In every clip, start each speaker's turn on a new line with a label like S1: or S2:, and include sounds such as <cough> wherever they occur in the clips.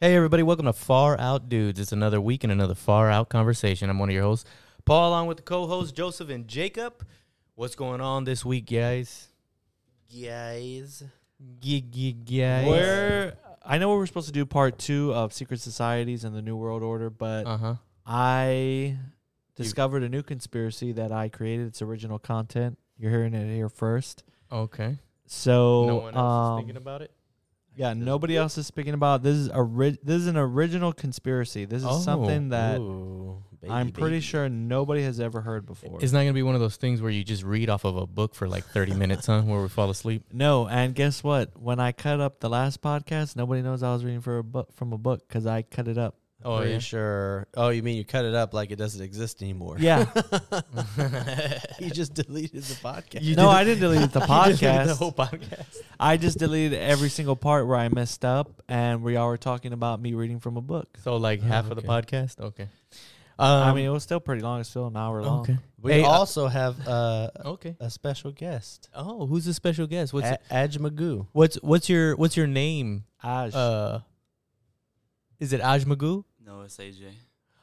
S1: Hey, everybody, welcome to Far Out Dudes. It's another week and another Far Out conversation. I'm one of your hosts, Paul, along with the co hosts, Joseph and Jacob. What's going on this week, guys?
S2: Guys.
S1: guys.
S3: Where I know we were supposed to do part two of Secret Societies and the New World Order, but
S1: Uh huh.
S3: I discovered a new conspiracy that I created. It's original content. You're hearing it here first.
S1: Okay.
S3: So
S1: no one else
S3: um,
S1: is thinking about it.
S3: yeah, nobody else is speaking about this. Is ori- this is an original conspiracy. This is
S1: Oh,
S3: something that I'm pretty sure nobody has ever heard before.
S1: It's not going to be one of those things where you just read off of a book for like
S3: <laughs>
S1: 30 minutes, huh? Where we fall asleep.
S3: no, and guess what? When I cut up the last podcast, nobody knows I was reading for a book from a book because I cut it
S1: <laughs>
S3: up.
S1: Oh,
S2: pretty
S1: yeah.
S2: sure. Oh, you mean you cut it up like it doesn't exist anymore? <laughs>
S3: Yeah,
S2: you just deleted the podcast.
S3: no, I didn't delete <laughs>
S1: <laughs>
S3: the
S1: You did
S3: podcast.
S1: the whole podcast.
S3: I just deleted every single part where I messed up, and we all were talking about me reading from a book.
S1: So, like half of the
S2: okay.
S1: podcast? Okay. Um,
S3: I mean, it was still pretty long; it's still an hour long.
S1: okay.
S2: We
S1: Hey, uh,
S2: also have uh,
S1: Okay.
S2: a special guest,
S1: Oh, who's the special guest? What's
S2: a- Aj Magoo.
S1: what's what's your what's your name
S3: Ash,
S1: uh is it Aj Magoo?
S4: No, it's AJ.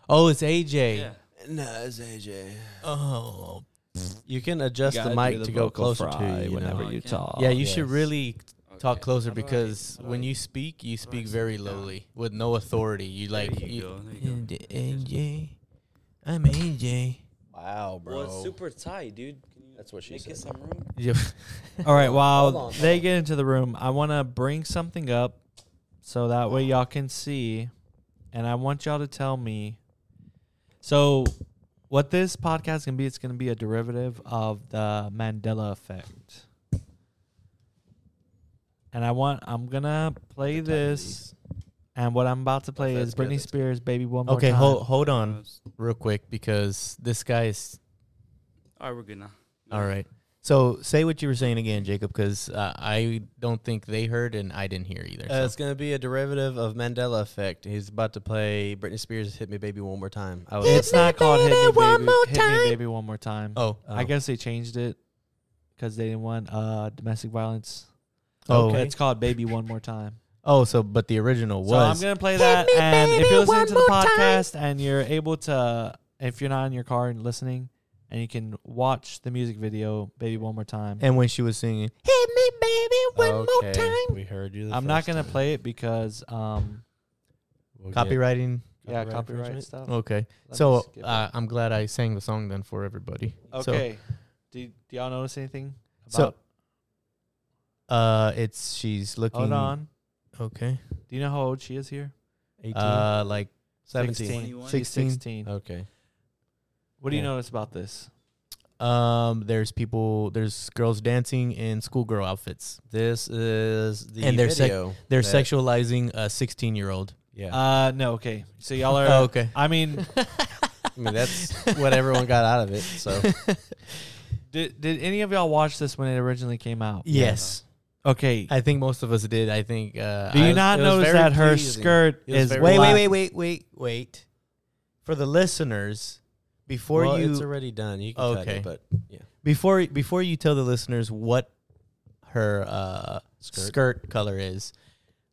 S1: Oh, it's AJ.
S4: Yeah.
S2: No, it's AJ.
S1: Oh.
S2: You can adjust the mic to go closer to you. you know.
S4: whenever you talk.
S1: yeah, you should
S2: yes.
S1: really talk
S4: Okay.
S1: closer
S4: How do I-
S1: because
S4: how do
S1: when
S4: I-
S1: you speak, you speak
S4: sit
S1: very
S4: down?
S1: lowly with no authority. You
S4: There
S1: like
S4: you
S1: you-
S4: go, there you go.
S1: And AJ. I'm AJ. <laughs>
S2: Wow, bro.
S4: Well, it's super tight, dude. Can you
S2: That's what she
S4: make
S2: said.
S4: it some room?
S1: Yeah.
S2: <laughs>
S3: all right.
S2: Hold
S3: While
S2: on, hold
S3: they
S2: on.
S3: get into the room, I want to bring something up so that way y'all can see, and I want y'all to tell me. So, what this podcast can be? It's going to be a derivative of the Mandela effect. And I want I'm gonna play
S2: Good time to
S3: this. And what I'm about to play
S2: that's
S3: is
S2: good,
S3: Britney
S2: that's
S3: Spears' "Baby One More
S1: okay,
S3: Time."
S1: hold hold on
S4: Yes.
S1: real quick because this guy is
S4: All right, we're good now.
S1: all right. So say what you were saying again, Jacob, because uh, I don't think they heard and I didn't hear either.
S2: Uh,
S1: so.
S2: it's going to be a derivative of Mandela Effect. He's about to play Britney Spears' "Hit Me, Baby, One More Time." I was
S3: It's not called "Hit Me
S1: one
S3: Baby."
S1: more
S3: Hit
S1: time.
S3: me, baby, one more time.
S1: Oh,
S3: I guess they changed it because they didn't want uh, domestic violence.
S1: Oh.
S3: Okay. it's called "Baby One More Time."
S1: Oh, so but the original
S3: So I'm
S1: was
S3: gonna play that, and if you're listening to the podcast and you're able to, if you're not in your car and listening, and you can watch the music video "Baby One More Time."
S1: and when she was singing, "Hit me, baby, one more time,"
S2: We heard you. The
S3: I'm not
S2: first
S3: gonna
S2: time.
S3: play it because um,
S2: We'll get-
S1: copywriting.
S3: yeah,
S2: Copyright
S3: copyright
S2: infringement?
S3: stuff.
S1: Okay,
S3: Let me
S1: Oh, so
S3: skip it.
S1: uh, I'm glad I sang the song then for everybody.
S3: okay, do, do y'all notice anything? About
S1: So- So, uh, it's she's looking.
S3: Hold on.
S1: Okay.
S3: Do you know how old she is here?
S2: 18,
S1: Uh, like
S2: 17.
S4: 21.
S1: Six-
S3: She's
S1: 16.
S3: 16.
S2: Okay.
S3: What do you
S1: yeah.
S3: notice about this?
S1: um, there's people, there's girls dancing in schoolgirl outfits.
S2: This is the
S1: And they're sec-
S2: video
S1: They're
S2: that-
S1: sexualizing a 16 year old.
S2: Yeah,
S3: Uh, no, okay. So y'all are.
S1: Oh, okay.
S3: Uh,
S1: <laughs>
S3: I mean,
S2: I mean that's what everyone got out of it. So
S3: did, did any of y'all watch this when it originally came out?
S1: <laughs> Yes,
S3: Okay.
S1: I think most of us did. I think. Uh,
S3: do you
S1: I-
S3: not
S2: it was
S3: notice
S2: very
S3: that her
S2: pleasing.
S3: skirt
S2: It was
S3: is
S2: very-
S1: Wait, wait,
S3: black?
S1: wait, wait, wait, wait. For the listeners, before
S2: well,
S1: you
S2: it's already done. You can cut
S1: Okay.
S2: it, but yeah,
S1: before before you tell the listeners what her uh, skirt.
S2: Skirt.
S1: color is,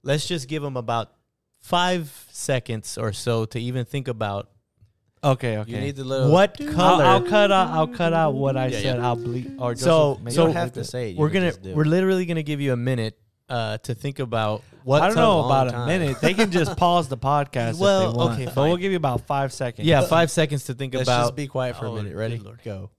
S1: let's just give them about five seconds or so to even think about
S3: Okay,
S2: you
S3: okay.
S2: need the little.
S1: what
S3: I'll,
S1: color.
S3: I'll cut out. I'll cut out what I
S1: Yeah,
S3: said.
S1: yeah.
S3: I'll bleep. Or
S1: So-
S3: Joseph, maybe
S2: You
S1: so-
S2: don't
S3: bleep
S2: have
S3: it.
S2: to say. It. You
S1: we're
S2: can
S1: gonna
S2: just do
S1: we're
S2: it.
S1: literally gonna give you a minute uh, to think about what.
S3: I don't
S2: a
S3: know
S2: long
S3: about
S2: time.
S3: a minute. They
S1: <laughs>
S3: can just pause the podcast
S1: Well,
S3: if they want.
S1: okay,
S3: but we'll
S1: fine.
S3: give you about five seconds. <laughs>
S1: yeah, five seconds to think
S2: Let's
S1: about.
S2: just be quiet for
S1: Oh,
S2: a minute.
S1: good
S2: Ready?
S1: Lord.
S2: Go.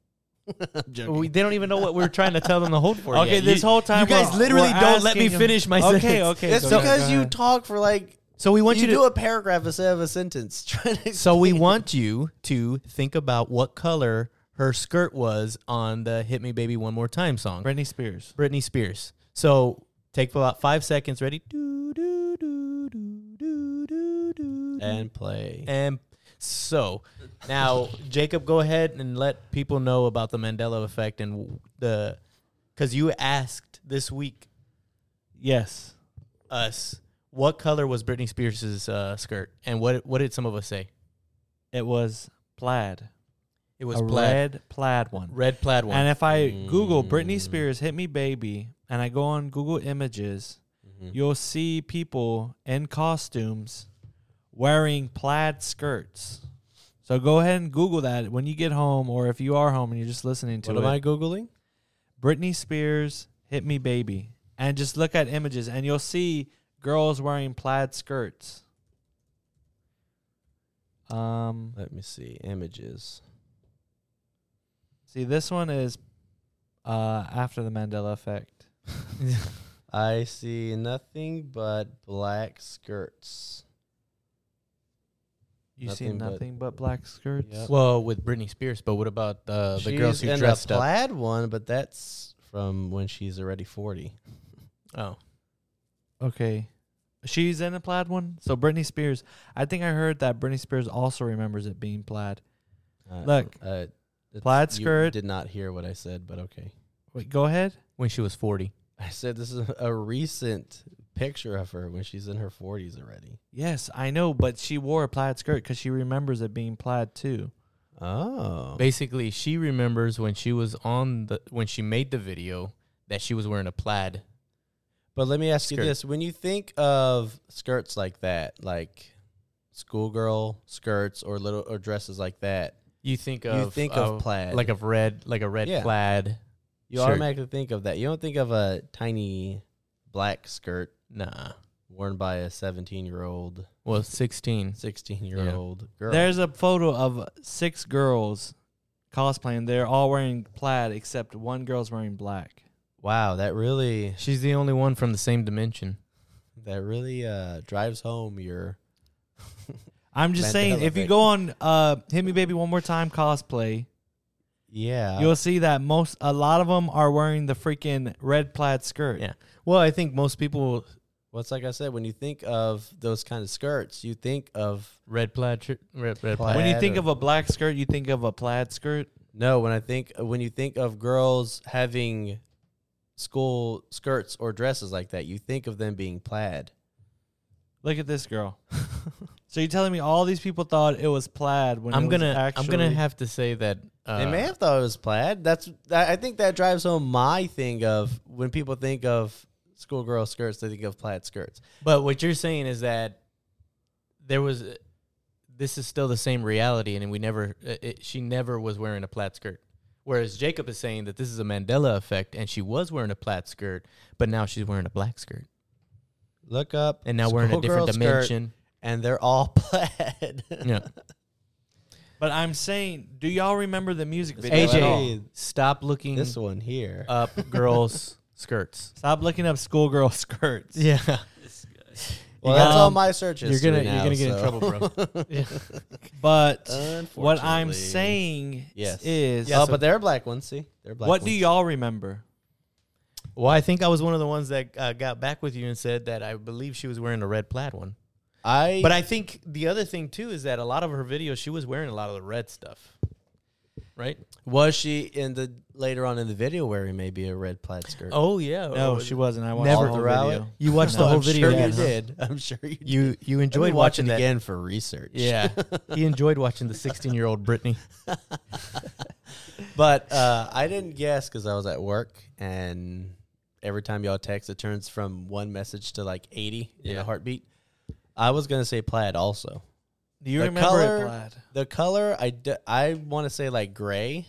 S1: we, they don't even know what we're trying to tell them to hold
S2: <laughs>
S1: for.
S3: Okay,
S1: yet.
S3: this
S1: You-
S3: whole time
S1: you guys
S3: we're-
S1: literally
S3: we're
S1: don't let me
S3: asking them-
S1: finish my
S3: Okay,
S1: sentence.
S3: okay,
S2: It's
S3: go ahead,
S2: because
S3: go
S2: you
S3: ahead.
S2: talk for like
S1: So we want you,
S2: you
S1: to
S2: do a paragraph instead of a sentence. <laughs> Trying to
S1: So we want you to think about what color her skirt was on the Hit Me Baby One More Time song.
S3: Britney Spears.
S1: Britney Spears. So take about five seconds. Ready? Do, do, do, do, do, do, do, do.
S2: and play.
S1: And so now, Jacob, go ahead and let people know about the Mandela effect and the. Because you asked this week
S3: Yes.
S1: us what color was Britney Spears' uh, skirt and what, what did some of us say?
S3: It was plaid.
S1: It was
S3: a
S1: plaid.
S3: red plaid one.
S1: Red plaid one.
S3: And if I Google Britney Spears hit me baby
S2: Mm-hmm.
S3: and I go on Google Images, you'll see people in costumes wearing plaid skirts. So go ahead and Google that when you get home, or if you are home and you're just listening to
S2: What
S3: it.
S2: am I googling?
S3: Britney Spears, Hit Me Baby, and just look at images and you'll see girls wearing plaid skirts. Um,
S2: Let me see images.
S3: see, this one is uh, after the Mandela effect.
S2: I see nothing but black skirts.
S3: You see
S2: Nothing but-
S3: nothing but, black skirts.
S2: Yep.
S1: Uh, Well, with Britney Spears, but what about uh, the girls
S2: She's
S1: who
S2: in
S1: dressed
S2: a
S1: up?
S2: plaid one, but that's from when she's already forty.
S1: Oh,
S3: Okay. She's in a plaid one. So Britney Spears. I think I heard that Britney Spears also remembers it being plaid.
S2: Uh,
S3: Look,
S2: uh, it's-
S3: plaid
S2: you
S3: skirt.
S2: Did not hear what I said, but okay. <laughs>
S3: Wait, go ahead.
S1: when she was forty.
S2: I said this is a recent picture of her when she's in her forties already.
S3: Yes, I know, but she wore a plaid skirt because she remembers it being plaid too.
S2: Oh,
S1: Basically, she remembers when she was on the when she made the video that she was wearing a plaid.
S2: But let me ask you
S1: Skirt.
S2: this: When you think of skirts like that, like schoolgirl skirts or little or dresses like that,
S1: You think
S2: You
S1: of
S2: think of
S1: uh,
S2: plaid.
S1: like a red, like a red
S2: Yeah.
S1: plaid.
S2: you
S1: Sure.
S2: automatically think of that. You don't think of a tiny black skirt
S1: Nah,
S2: worn by a seventeen-year-old,
S1: well, sixteen.
S2: sixteen-year-old girl.
S3: There's a photo of six girls cosplaying. They're all wearing plaid except one girl's wearing black.
S2: wow, that really
S1: She's the only one from the same dimension.
S2: that really uh, drives home your.
S3: I'm just
S2: Mandela
S3: saying, if you
S2: effect.
S3: go on uh, "Hit Me, Baby, One More Time" cosplay,
S2: Yeah,
S3: you'll see that most a lot of them are wearing the freaking red plaid skirt.
S1: Yeah. Well, I think most people
S2: well, it's like I said. When you think of those kind of skirts, you think of
S1: red plaid, tr- red red plaid.
S2: Plaid.
S3: When you think
S2: or-
S3: of a black skirt, you think of a plaid skirt.
S2: No, when I think when you think of girls having school skirts or dresses like that, you think of them being plaid.
S3: Look at this girl. so you're telling me all these people thought it was plaid when it
S1: I'm
S3: was
S1: gonna
S3: actually,
S1: I'm gonna have to say that uh,
S2: they may have thought it was plaid. That's I I think that drives home my thing of when people think of schoolgirl skirts, they think of plaid skirts.
S1: But what you're saying is that there was a- this is still the same reality, and we never uh, it, she never was wearing a plaid skirt. Whereas Jacob is saying that this is a Mandela effect, and she was wearing a plaid skirt, but now she's wearing a black skirt,
S2: Look up,
S1: and now we're in a different
S2: schoolgirl skirt,
S1: dimension.
S2: and they're all <laughs> plaid.
S1: yeah,
S3: But I'm saying, do y'all remember the music video? at all?
S1: AJ, stop looking
S2: this one here. <laughs>
S1: up girls'
S3: <laughs>
S1: skirts.
S3: Stop looking up schoolgirl <laughs> skirts.
S1: Yeah,
S2: well, that's
S3: um,
S2: all my search
S1: you're
S2: history
S1: gonna
S2: now,
S1: you're gonna get
S2: so. <laughs>
S1: in trouble, bro. yeah.
S3: But
S2: Unfortunately,
S3: what I'm saying
S2: Yes.
S3: is,
S2: Yeah, but they're black ones. See, they're black.
S3: what do
S2: ones.
S3: y'all remember?
S1: Well, I think I was one of the ones that uh, got back with you and said that I believe she was wearing a red plaid one.
S2: I
S1: But I think the other thing too is that a lot of her videos, she was wearing a lot of the red stuff, right?
S2: Was she in the later on in the video wearing maybe a red plaid skirt?
S1: Oh yeah.
S3: No,
S1: Oh,
S3: she wasn't. I watched
S2: Never
S3: the whole
S2: throughout
S3: video.
S2: it?
S1: You watched
S3: No,
S1: the whole
S2: I'm
S1: video.
S2: Sure
S1: yeah.
S2: you did. I'm sure you did.
S1: You you
S2: I've been
S1: enjoyed
S2: watching
S1: watching that.
S2: again for research.
S3: <laughs>
S1: Yeah, <laughs> he enjoyed watching the 16 year old Britney.
S2: <laughs> but uh, I didn't guess because I was at work, and every time y'all text, it turns from one message to like 80 in
S1: Yeah.
S2: a heartbeat. I was gonna say plaid also.
S3: Do you
S2: The
S3: remember it,
S2: color-
S3: Plaid?
S2: The color I d- I want to say like gray,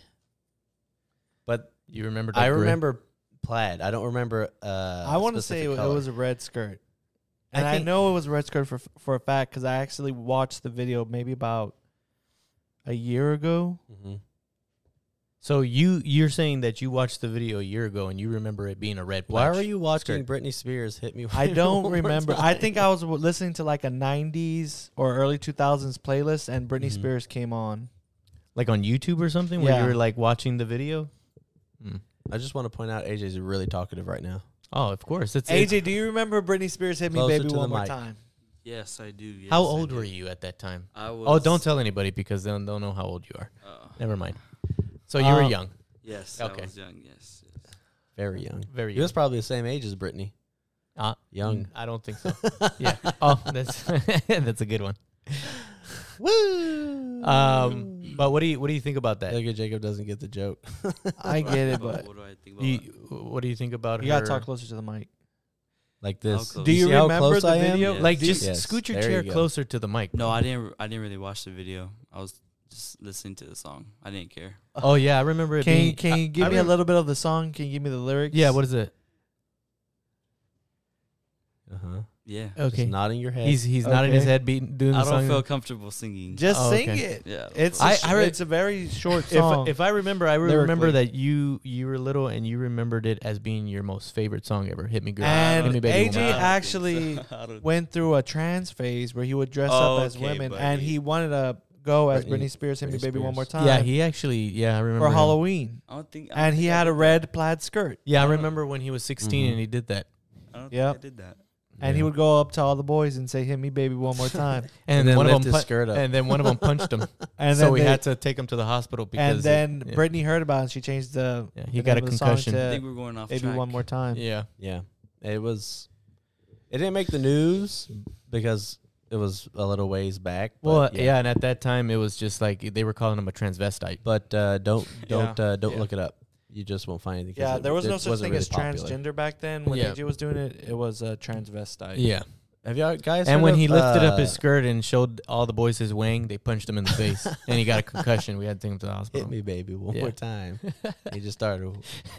S2: but
S1: You remember?
S2: I remember plaid. I don't remember. Uh,
S3: I want to say it,
S2: specific
S3: it
S2: color.
S3: was a red skirt, and I,
S1: think-
S3: know it was a red skirt for for a fact because I actually watched the video maybe about a
S1: <laughs>
S3: year ago.
S2: Mhm.
S1: So you you're saying that you watched the video a year ago and you remember it being a red plaid?
S2: Why were you watching
S1: skirt.
S2: Britney Spears hit me?
S3: I don't
S2: <laughs> one more
S3: remember. I
S2: time?
S3: think I was w- listening to like a '90s or early 2000s playlist, and Britney
S1: Mm-hmm.
S2: Mhm.
S3: Spears came on.
S1: like on YouTube or something where
S3: Yeah.
S1: you were like watching the video? Mm.
S2: I just want to point out AJ's really talkative right now.
S1: Oh, of course. It's it's-
S3: AJ, do you remember Britney Spears hit me,
S2: Closer
S3: baby,
S2: to the
S3: one more
S2: mic.
S3: time?
S4: Yes, I do. Yes,
S1: How
S4: I
S1: old
S4: do.
S1: were you at that time?
S4: I was.
S1: Oh, don't tell anybody because then they'll know how old you are.
S4: Uh,
S1: Never mind. So you were
S3: Um,
S1: young,
S4: yes,
S1: Okay.
S4: I was young. Yes. yes.
S2: Very young.
S1: very
S2: He
S1: young.
S2: was probably the same age as Britney.
S1: Uh,
S2: Young.
S1: Mm, I don't think
S2: <laughs>
S1: so. yeah. <laughs> Oh, that's that's a good one.
S3: Mm.
S2: Woo!
S1: Um, but what do you what do you think about that?
S2: Look at Jacob doesn't get the
S1: <laughs>
S2: joke.
S3: I
S4: What do
S3: get it,
S4: think about-
S3: but
S4: what do I think about?
S1: You, what do you think about
S3: you
S1: her?
S3: gotta talk closer to the mic.
S2: <laughs> like this.
S4: close.
S3: Do you
S2: see how
S3: remember
S2: close
S3: the
S2: I am?
S3: video?
S4: Yes.
S1: Like,
S3: Do you-
S1: just
S2: Yes,
S1: scoot your
S2: there
S1: chair
S2: you go.
S1: closer to the mic.
S4: No, I didn't. I didn't really watch the video. I was just listening to the song. I didn't care.
S1: Oh yeah, I remember it.
S3: Can you,
S1: being,
S3: can you
S1: I- I
S3: give me a
S1: remember-
S3: little bit of the song? Can you give me the lyrics?
S1: Yeah, what is it?
S2: Uh-huh.
S4: Yeah,
S2: Just
S1: Okay,
S2: nodding your head.
S1: he's he's nodding his
S3: Okay.
S1: head, beating doing the
S4: I don't
S1: song.
S4: feel comfortable singing.
S3: Just
S1: Oh,
S3: sing
S1: okay.
S3: it.
S4: yeah, I don't
S3: It's
S4: feel-
S1: I-
S3: a sh-
S1: I re-
S3: it's a very short song.
S1: if, if I remember, I
S3: Lyrically.
S1: remember that you you were little and you remembered it as being your most favorite song ever. Hit me, girl.
S3: And
S1: Hit me, baby. one more
S3: AJ
S4: I don't
S1: time.
S4: think
S3: actually
S4: so. <laughs> I don't-
S3: went through a trans phase where he would dress up
S4: Oh,
S3: as
S4: okay,
S3: women,
S4: buddy.
S3: and he wanted to go as Britney,
S2: Britney-
S3: Spears, "Hit Me,
S2: Britney
S3: Baby, One
S2: Spears.
S3: More Time."
S1: yeah, he actually yeah I remember
S3: for
S1: him.
S3: Halloween,
S4: I don't think. I don't
S3: and he
S4: think I
S3: had a
S4: did
S3: red plaid skirt,
S1: Yeah, I
S4: Oh.
S1: remember when he was 16
S2: Mhm.
S1: and he did that.
S4: that. I don't
S3: Yep.
S4: think I did that.
S3: and he
S2: Yeah.
S3: would go up to all the boys and say, "Hit me, baby, one
S1: <laughs>
S3: more time,"
S1: And,
S2: And then
S1: one
S2: lift
S1: of them
S2: his skirt up.
S1: and then one of them punched
S2: <laughs>
S1: him.
S3: and
S1: so
S3: then
S1: we
S3: they-
S1: had to take him to the hospital because
S3: and then
S1: yeah.
S3: Britney heard about it, and she changed the
S1: Yeah,
S3: the
S1: he got a
S3: name of the song
S1: concussion.
S3: to-
S4: I think we're going off
S3: maybe
S4: track.
S3: one more time.
S1: yeah.
S2: Yeah. It was it didn't make the news because it was a little ways back. but
S1: Well, yeah. and at that time it was just like they were calling him a transvestite.
S2: But uh, don't don't
S3: Yeah.
S2: uh, don't
S1: Yeah.
S2: look it up. You just won't find anything. 'cause
S3: Yeah,
S2: it-
S3: there was
S2: it
S3: no such
S2: wasn't
S3: thing
S2: really
S3: as
S2: popular.
S3: transgender back then. When
S1: Yeah.
S3: AJ was doing it, it was a transvestite.
S1: Yeah.
S2: Have y'all guys?
S1: And
S2: heard
S1: when
S2: of,
S1: he lifted up his
S2: uh,
S1: skirt and showed all the boys his wang, they punched him in the <laughs> face and he got a concussion. We had to take him to the hospital.
S2: hit me, baby, one
S1: Yeah.
S2: more time. he just started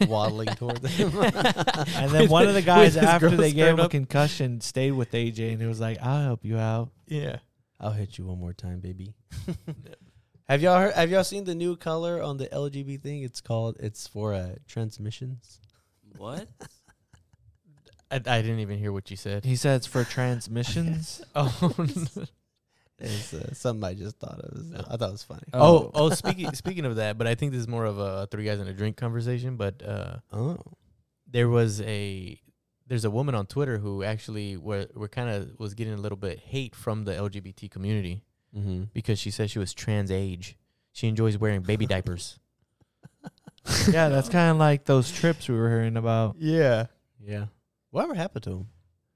S2: waddling towards <laughs> him.
S3: And then
S1: <laughs>
S3: one of the guys
S1: his
S3: after
S1: girl
S3: they gave him
S1: skirt
S3: a
S1: up.
S3: concussion stayed with AJ and he was like, "I'll help you out."
S1: Yeah.
S2: I'll hit you one more time, <laughs> baby. have y'all heard, have y'all seen the new color on the LGB thing? It's called. It's for uh, transmissions.
S4: What?
S1: I, I didn't even hear what you said.
S3: He said it's for transmissions.
S1: <laughs> Oh, no.
S2: It's uh, something I just thought of. I thought it was funny.
S1: oh, oh. Speaking speaking of that, but I think this is more of a three guys and a drink conversation. But uh,
S2: Oh,
S1: there was a there's a woman on Twitter who actually were were kind of was getting a little bit hate from the LGBT community
S2: mm-hmm.
S1: because she said she was trans age. She enjoys wearing baby diapers.
S3: yeah, that's
S1: <laughs>
S3: kind of like those trips we were hearing about.
S1: Yeah,
S2: yeah. Whatever happened to him?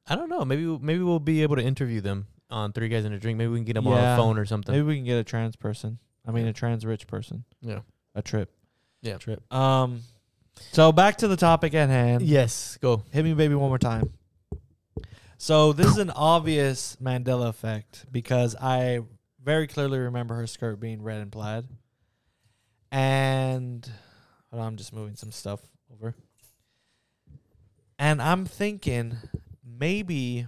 S1: I don't know. Maybe we'll- maybe we'll be able to interview them on Three Guys and a Drink. Maybe we can get them on
S3: Yeah.
S1: the phone or something.
S3: Maybe we can get a trans person. I mean, a trans rich person.
S1: Yeah.
S3: A trip.
S1: Yeah.
S2: Trip.
S3: Um. So back to the topic at hand.
S1: Yes, go.
S3: Hit me, baby, one more time. So this is an obvious Mandela effect because I very clearly remember her skirt being red and plaid. And hold on, I'm just moving some stuff over. And I'm thinking maybe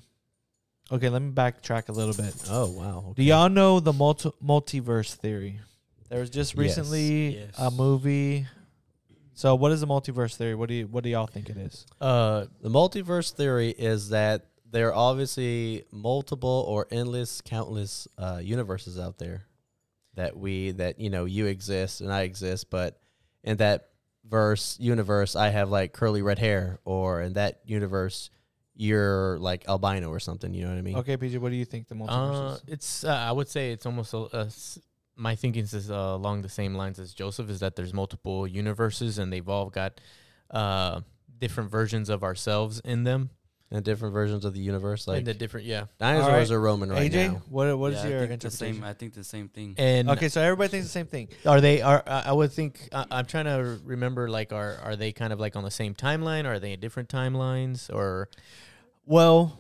S3: okay, let me backtrack a little bit.
S2: Oh wow.
S3: Do
S2: Okay.
S3: y'all know the multi- multiverse theory? There was just recently
S4: Yes.
S3: a movie. So what is the multiverse theory? What do you what do y'all think it is?
S1: Uh,
S2: The multiverse theory is that there are obviously multiple or endless, countless uh, universes out there that we that you know you exist and I exist, but in that verse universe I have like curly red hair, or in that universe you're like albino or something. You know what I mean?
S3: Okay, PJ, what do you think the multiverse
S1: uh,
S3: is?
S1: it's uh, I would say it's almost a, a s- my thinking is uh, along the same lines as Joseph is that there's multiple universes and they've all got uh different versions of ourselves in them
S2: And different versions of the universe, like
S1: and the different yeah
S2: dinosaurs
S3: Alright.
S2: are roaming right
S3: AJ,
S2: now.
S3: what what is
S4: Yeah, I
S3: your
S4: think the same?
S3: interpretation?
S4: I think the same thing.
S1: and
S3: Okay, so everybody thinks the same thing.
S1: Are they? Are I I would think I, I'm trying to remember. Like, are are they kind of like on the same timeline? Are they in different timelines? Or
S3: Well,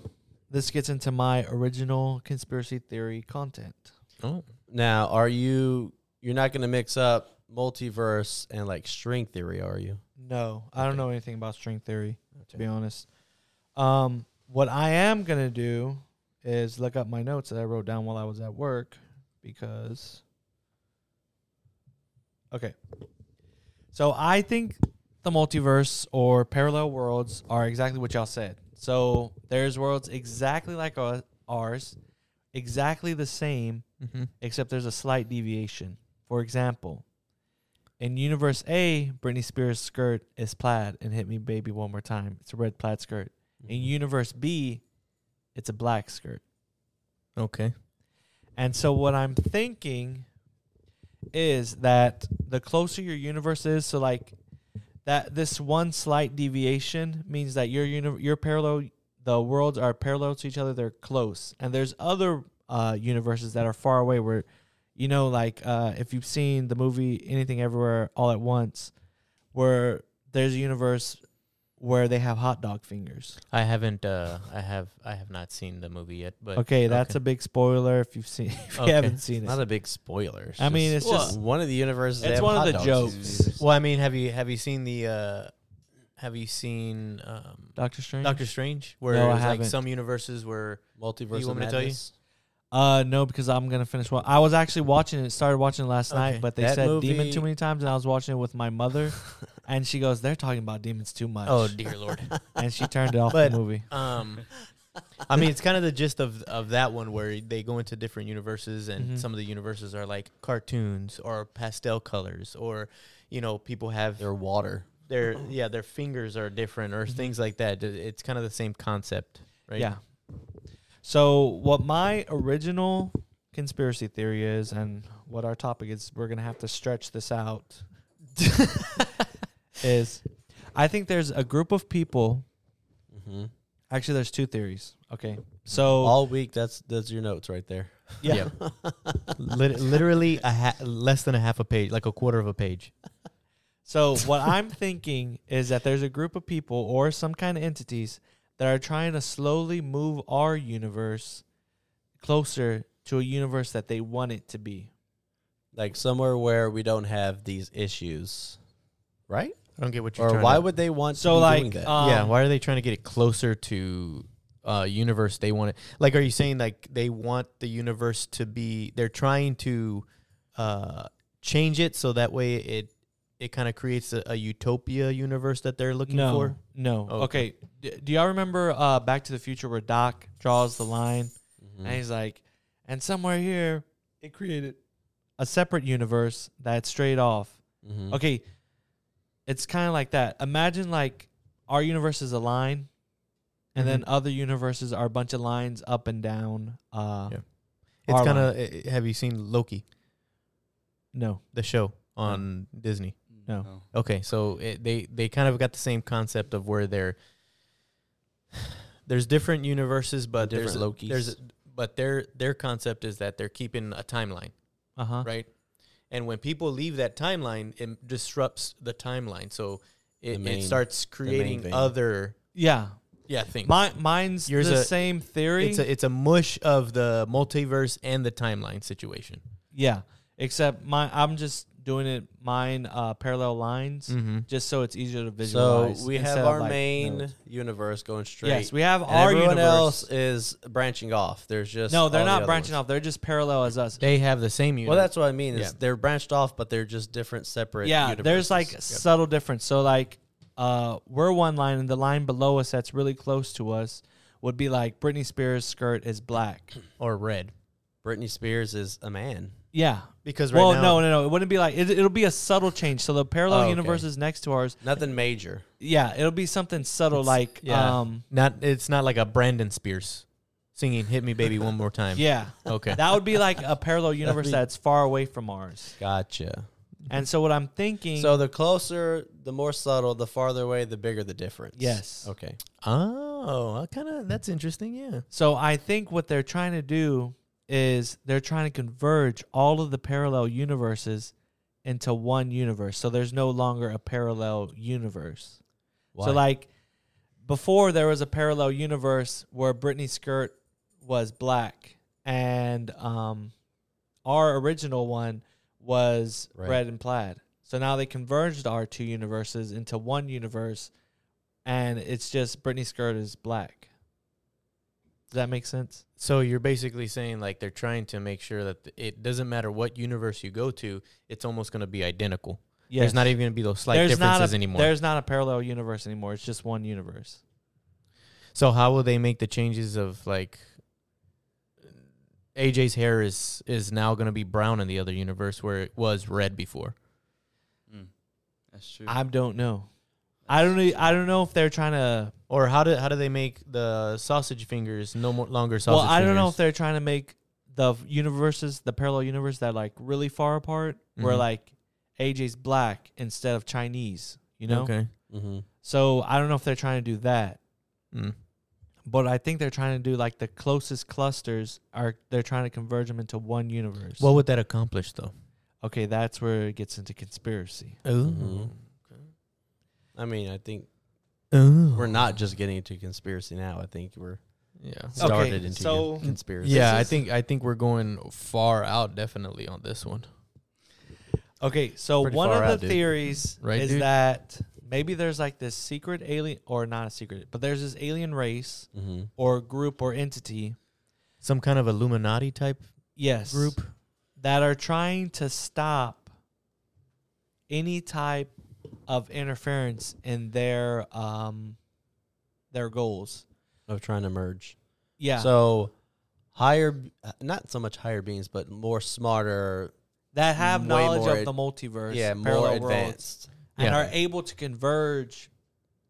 S3: this gets into my original conspiracy theory content.
S1: oh,
S2: Now, are you? You're not going to mix up multiverse and like string theory, are you?
S3: No, I don't
S2: Okay.
S3: know anything about string theory to
S2: Okay.
S3: be honest. Um, what I am gonna do is look up my notes that I wrote down while I was at work because. Okay. So I think the multiverse or parallel worlds are exactly what y'all said. So there's worlds exactly like ou- ours, exactly the same, except there's a slight deviation. For example, in Universe A, Britney Spears' skirt is plaid and hit me baby one more time. It's a red plaid skirt. In Universe B, it's a black skirt.
S1: okay,
S3: And so what I'm thinking is that the closer your universe is, so like that this one slight deviation means that your uni- your parallel the worlds are parallel to each other, they're close. And there's other uh universes that are far away where you know like uh if you've seen the movie Anything Everywhere All at Once where there's a universe where they have hot dog fingers.
S1: I haven't. Uh, I have. I have not seen the movie yet. But
S3: Okay, that's a big spoiler if you've seen <laughs> if you
S1: Okay.
S3: haven't seen
S2: Not
S3: it.
S2: a big spoiler. It's
S3: I mean,
S2: just
S3: it's
S4: Well,
S3: just
S2: one of the universes. they
S3: it's
S2: have
S3: one of
S2: hot
S3: the
S2: dogs.
S3: jokes.
S1: Well, I mean, have you have you seen the? Uh, have you seen um,
S3: Doctor Strange.
S1: Doctor Strange? Where
S3: No, I
S1: it's like
S3: haven't.
S1: some universes where
S2: Multiverse.
S1: You want
S2: of
S1: me to tell you?
S2: Madness.
S3: Uh, no, because I'm gonna finish one. I was actually watching it. Started watching it last
S1: Okay.
S3: night, but they
S2: That
S3: said demon
S2: movie-
S3: too many times, and I was watching it with
S1: <laughs>
S3: my mother, and she goes, "They're talking about demons too much."
S1: oh dear
S3: <laughs>
S1: lord.
S3: and she turned it off
S1: But-
S3: the movie.
S1: Um, I mean, it's kind of the gist of of that one where they go into different universes, and
S3: Mhm.
S1: some of the universes are like cartoons or pastel colors, or you know, people have
S2: They're water.
S1: their yeah, their fingers are different or things like that. It- It's kind of the same concept, right?
S3: Yeah. So what my original conspiracy theory is, and what our topic is, we're gonna have to stretch
S1: <laughs>
S3: this out. is I think there's a group of people.
S2: hmm
S3: Actually, there's two theories. Okay, so
S2: All week. That's that's your notes right there.
S3: yeah,
S1: Lit- literally a ha- less than a half a page, like a quarter of a page.
S3: So what I'm thinking is that there's a group of people or some kind of entities that are trying to slowly move our universe closer to a universe that they want it to be.
S2: Like somewhere where we don't have these issues, right?
S1: I don't get what you're.
S2: Or
S1: trying
S2: why
S1: to-
S2: would they want to
S3: So
S2: be
S3: like,
S2: doing that?
S3: um,
S1: yeah, why are they trying to get it closer to uh universe they want it? Like are you saying like they want the universe to be they're trying to uh change it so that way it it kind of creates a, a utopia universe that they're looking
S3: no,
S1: for?
S3: no.
S1: Oh,
S3: okay, D- do y'all remember uh, Back to the Future where Doc draws the line
S2: Mm-hmm.
S1: Mm.
S3: and he's like, and somewhere here it created a separate universe that's straight off
S2: Mhm.
S3: Okay. It's kind of like that. Imagine like our universe is a line and then
S2: Mm-hmm.
S3: other universes are a bunch of lines up and down. Uh
S1: Yeah. It's
S3: Our
S1: kind of have you seen Loki
S3: no.
S1: the show on Disney?
S3: No.
S1: Okay, so it, they they kind of got the same concept of where they're there's different universes, but there's
S2: Different
S1: a- there's
S2: Lokis.
S1: a- but their their concept is that they're keeping a timeline,
S3: Uh-huh.
S1: right? And when people leave that timeline, it disrupts the timeline, so it,
S2: main-
S1: it starts creating
S2: vein.
S1: other
S3: Yeah.
S1: yeah things.
S3: My mine's
S1: Yours
S3: the
S1: a-
S3: same theory.
S1: it's a it's a mush of the multiverse and the timeline situation.
S3: yeah. Except my I'm just doing it mine uh parallel lines
S1: Mm-hmm.
S3: just so it's easier to
S2: So
S3: visualize.
S2: we have
S3: instead of,
S2: our
S3: like,
S2: main
S3: nodes.
S2: universe going straight.
S3: Yes, we have
S2: And
S3: our
S2: everyone
S3: universe.
S2: else is branching off. There's just
S3: no, they're
S2: all the
S3: not
S2: other
S3: branching
S2: ones.
S3: off. They're just parallel as us.
S1: They have the same universe.
S2: Well, that's what I mean. Is
S1: Yeah.
S2: they're branched off, but they're just different, separate.
S3: yeah there's
S2: universes.
S3: like subtle difference so like uh we're one line and the line below us that's really close to us would be like britney spears skirt is
S2: <clears throat>
S3: black
S1: or red
S2: Britney Spears is a man.
S3: yeah
S1: because right
S3: well
S1: now
S3: no no no it wouldn't be like it, it'll be a subtle change so the parallel
S2: Oh, okay.
S3: universes next to ours
S2: Nothing major.
S3: yeah it'll be something subtle like
S1: yeah.
S3: um
S1: Not it's not like a Brandon Spears singing "Hit Me, Baby, One More Time."
S3: <laughs> yeah
S1: Okay.
S3: that would be like a parallel
S2: <laughs>
S3: universe
S2: be-
S3: that's far away from ours
S2: Gotcha.
S3: and so what i'm thinking
S2: So the closer, the more subtle, the farther away, the bigger the difference.
S3: Yes.
S2: Okay.
S1: Oh, I kind of that's interesting. Yeah.
S3: So I think what they're trying to do is they're trying to converge all of the parallel universes into one universe. So there's no longer a parallel universe.
S2: Why?
S3: So like before there was a parallel universe where Britney's skirt was black and um our original one was
S2: Right.
S3: red and plaid. So now they converged our two universes into one universe and it's just Britney's skirt is black. Does that make sense?
S1: So you're basically saying like they're trying to make sure that th- it doesn't matter what universe you go to, it's almost going to be identical.
S3: Yes.
S1: There's not even going to be those slight
S3: There's not
S1: differences
S3: a-
S1: anymore.
S3: There's not a parallel universe anymore. It's just one universe.
S1: so how will they make the changes of like AJ's hair is is now going to be brown in the other universe where it was red before?
S4: Mm. That's true.
S3: I don't know. I don't know. I don't know if they're trying to
S1: Or how do how do they make the sausage fingers no more longer sausage?
S3: Well, I don't know
S1: fingers?
S3: if they're trying to make the f- universes, the parallel universe that are, like really far apart, where
S1: Mhm.
S3: like AJ's black instead of Chinese, you know?
S1: Okay.
S2: Mm-hmm.
S3: So I don't know if they're trying to do that,
S1: Mm.
S3: but I think they're trying to do like the closest clusters are they're trying to converge them into one universe.
S1: What would that accomplish though?
S3: okay, that's where it gets into conspiracy.
S1: Ooh.
S2: I mean, I think We're not just getting into conspiracy now. I think we're
S1: Yeah.
S2: started
S3: Okay,
S2: into
S3: so-
S2: conspiracy.
S1: Yeah, I
S3: Oh, is-
S1: think I think we're going far out definitely on this one.
S3: Okay, so
S2: Pretty
S3: one
S2: far
S3: of the
S2: out, dude.
S3: theories
S1: Right,
S3: is
S1: dude?
S3: that maybe there's like this secret alien, or not a secret, but there's this alien race
S2: Mm-hmm.
S3: or group or entity.
S1: Some kind of Illuminati type
S3: Yes,
S1: group.
S3: that are trying to stop any type of interference in their um their goals.
S2: Of trying to merge.
S3: Yeah,
S2: So higher, b- uh, not so much higher beings, but more smarter.
S3: that have
S2: way
S3: knowledge
S2: more
S3: of
S2: ad-
S3: the multiverse.
S2: yeah,
S3: parallel
S2: more
S3: worlds,
S2: advanced.
S3: and
S1: Yeah.
S3: are able to converge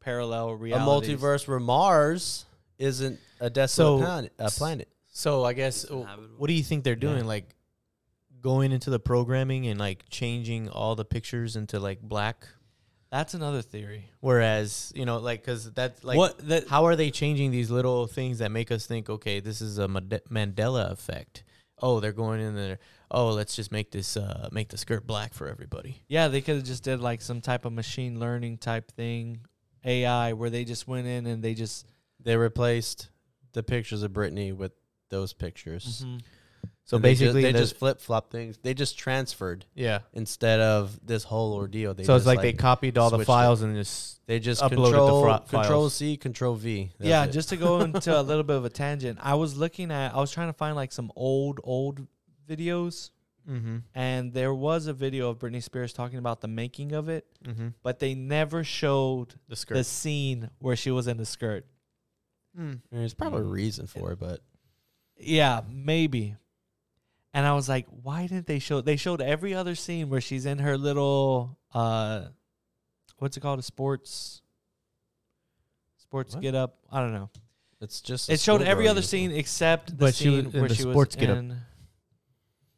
S3: parallel realities.
S2: A multiverse where Mars isn't a desolate
S1: So-
S2: planet. A planet.
S1: So I guess
S4: It's
S1: w-
S4: <laughs> inhabitable.
S1: what do you think they're
S2: Yeah.
S1: doing? Like going into the programming and like changing all the pictures into like black,
S3: That's another theory.
S1: whereas you know like because that's like
S3: what that
S1: how are they changing these little things that make us think okay this is a Mande- Mandela effect? Oh, they're going in there. Oh, let's just make this uh make the skirt black for everybody.
S3: Yeah, they could have just did like some type of machine learning type thing, AI, where they just went in and they just
S2: They replaced the pictures of Britney with those pictures.
S3: Mm-hmm.
S1: So
S2: And they ju-
S1: basically,
S2: they
S1: the-
S2: just, flip flop things. They just transferred
S1: yeah.
S2: instead of this whole ordeal. They
S1: so it's
S2: just,
S1: like, they copied all the
S2: switched it.
S1: files and just
S2: they just
S1: uploaded the
S2: control
S1: fro-
S2: control
S1: files.
S2: C control V. That's
S3: yeah.
S2: it.
S3: Just to
S2: <laughs>
S3: go into a little bit of a tangent, I was looking at, I was trying to find like some old old videos,
S1: mm-hmm,
S3: and there was a video of Britney Spears talking about the making of it,
S1: mm-hmm,
S3: but they never showed
S1: the skirt.
S3: the scene where she was in the skirt.
S2: there's probably a reason for it, but
S3: Yeah, maybe. And I was like, why didn't they show? They showed every other scene where she's in her little, uh, what's it called? A sports, sports
S2: What?
S3: get up. I don't know.
S2: it's just a
S3: It showed every
S2: schoolgirl
S3: other
S2: uniform.
S3: scene except the
S1: But she was
S3: scene
S1: in
S3: where
S1: the
S3: she
S1: sports
S3: was in.
S1: get-up.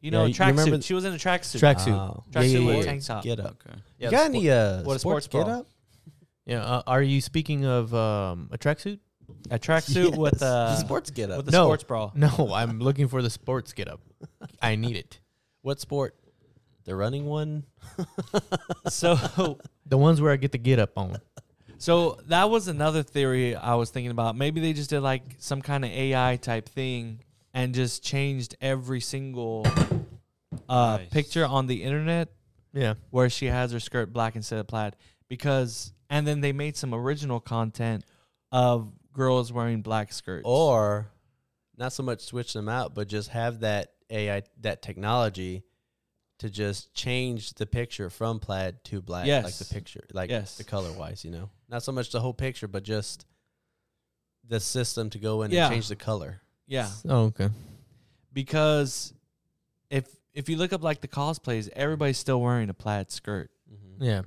S3: You know,
S2: Yeah,
S3: a
S2: you- you remember
S3: tracksuit.
S2: th-
S3: She was in a tracksuit.
S1: Tracksuit.
S2: Wow.
S3: Tracksuit
S1: yeah,
S3: with
S1: yeah,
S3: a tank top.
S2: Get up.
S1: Yeah,
S4: Okay.
S2: you
S1: the
S2: got
S1: sport-
S2: any uh,
S3: what a
S2: sports,
S3: sports
S2: get
S3: bra.
S2: up?
S1: Yeah, uh, are you speaking of um, a tracksuit?
S3: A tracksuit with <laughs>
S2: Yes.
S3: a
S2: sports get up.
S3: with a
S1: No. <laughs>
S3: sports bra.
S1: No, I'm looking for the sports get up. I need it.
S2: What sport? The running one.
S3: So
S1: The ones where I get the get up on.
S3: So that was another theory I was thinking about. Maybe they just did like some kind of AI type thing and just changed every single uh,
S4: Nice.
S3: picture on the internet
S1: Yeah.
S3: where she has her skirt black instead of plaid. Because and then they made some original content of girls wearing black skirts.
S2: or not so much switch them out, but just have that AI that technology to just change the picture from plaid to black, like the
S3: Yes.
S2: picture, like
S3: Yes.
S2: the color wise. You know, not so much the whole picture, but just the system to go in
S3: Yeah.
S2: and change the color.
S3: yeah,
S1: Oh, okay.
S3: because if if you look up like the cosplays, everybody's still wearing a plaid skirt.
S1: Yeah.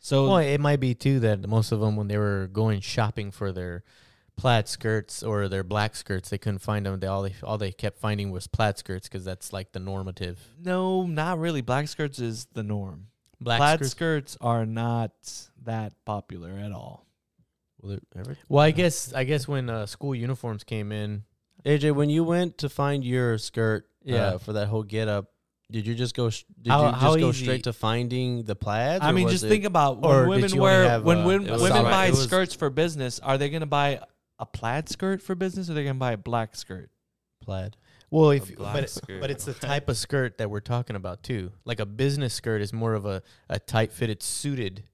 S3: So
S1: Well, it might be too that most of them, when they were going shopping for their plaid skirts or their black skirts, they couldn't find them. They all they all they kept finding was plaid skirts because that's like the normative.
S3: no, not really. Black skirts is the norm.
S1: Black
S3: plaid skirts. are not that popular at all.
S2: Will it ever?
S1: Well, I guess I guess when uh, school uniforms came in,
S2: AJ, when you went to find your skirt,
S1: Yeah.
S2: uh, for that whole get up. Did you just go? sh- Did
S1: How-
S2: you just
S1: how
S2: go
S1: easy-
S2: straight to finding the plaids?
S3: I
S2: or
S3: mean,
S2: was
S3: just
S2: it-
S3: think about
S2: or
S3: when
S2: did
S3: women
S2: you only
S3: wear
S2: have,
S3: when
S2: uh,
S3: wom-
S2: it
S3: women,
S2: was outright-
S3: buy
S2: it was-
S3: skirts for business. Are they going to buy a plaid skirt for business, or they're going to buy a black skirt?
S2: plaid.
S1: well, if
S4: black
S1: but
S4: skirt,
S1: but it's
S3: <laughs>
S1: the
S4: okay.
S1: type of skirt that we're talking about too. Like a business skirt is more of a a tight fitted suited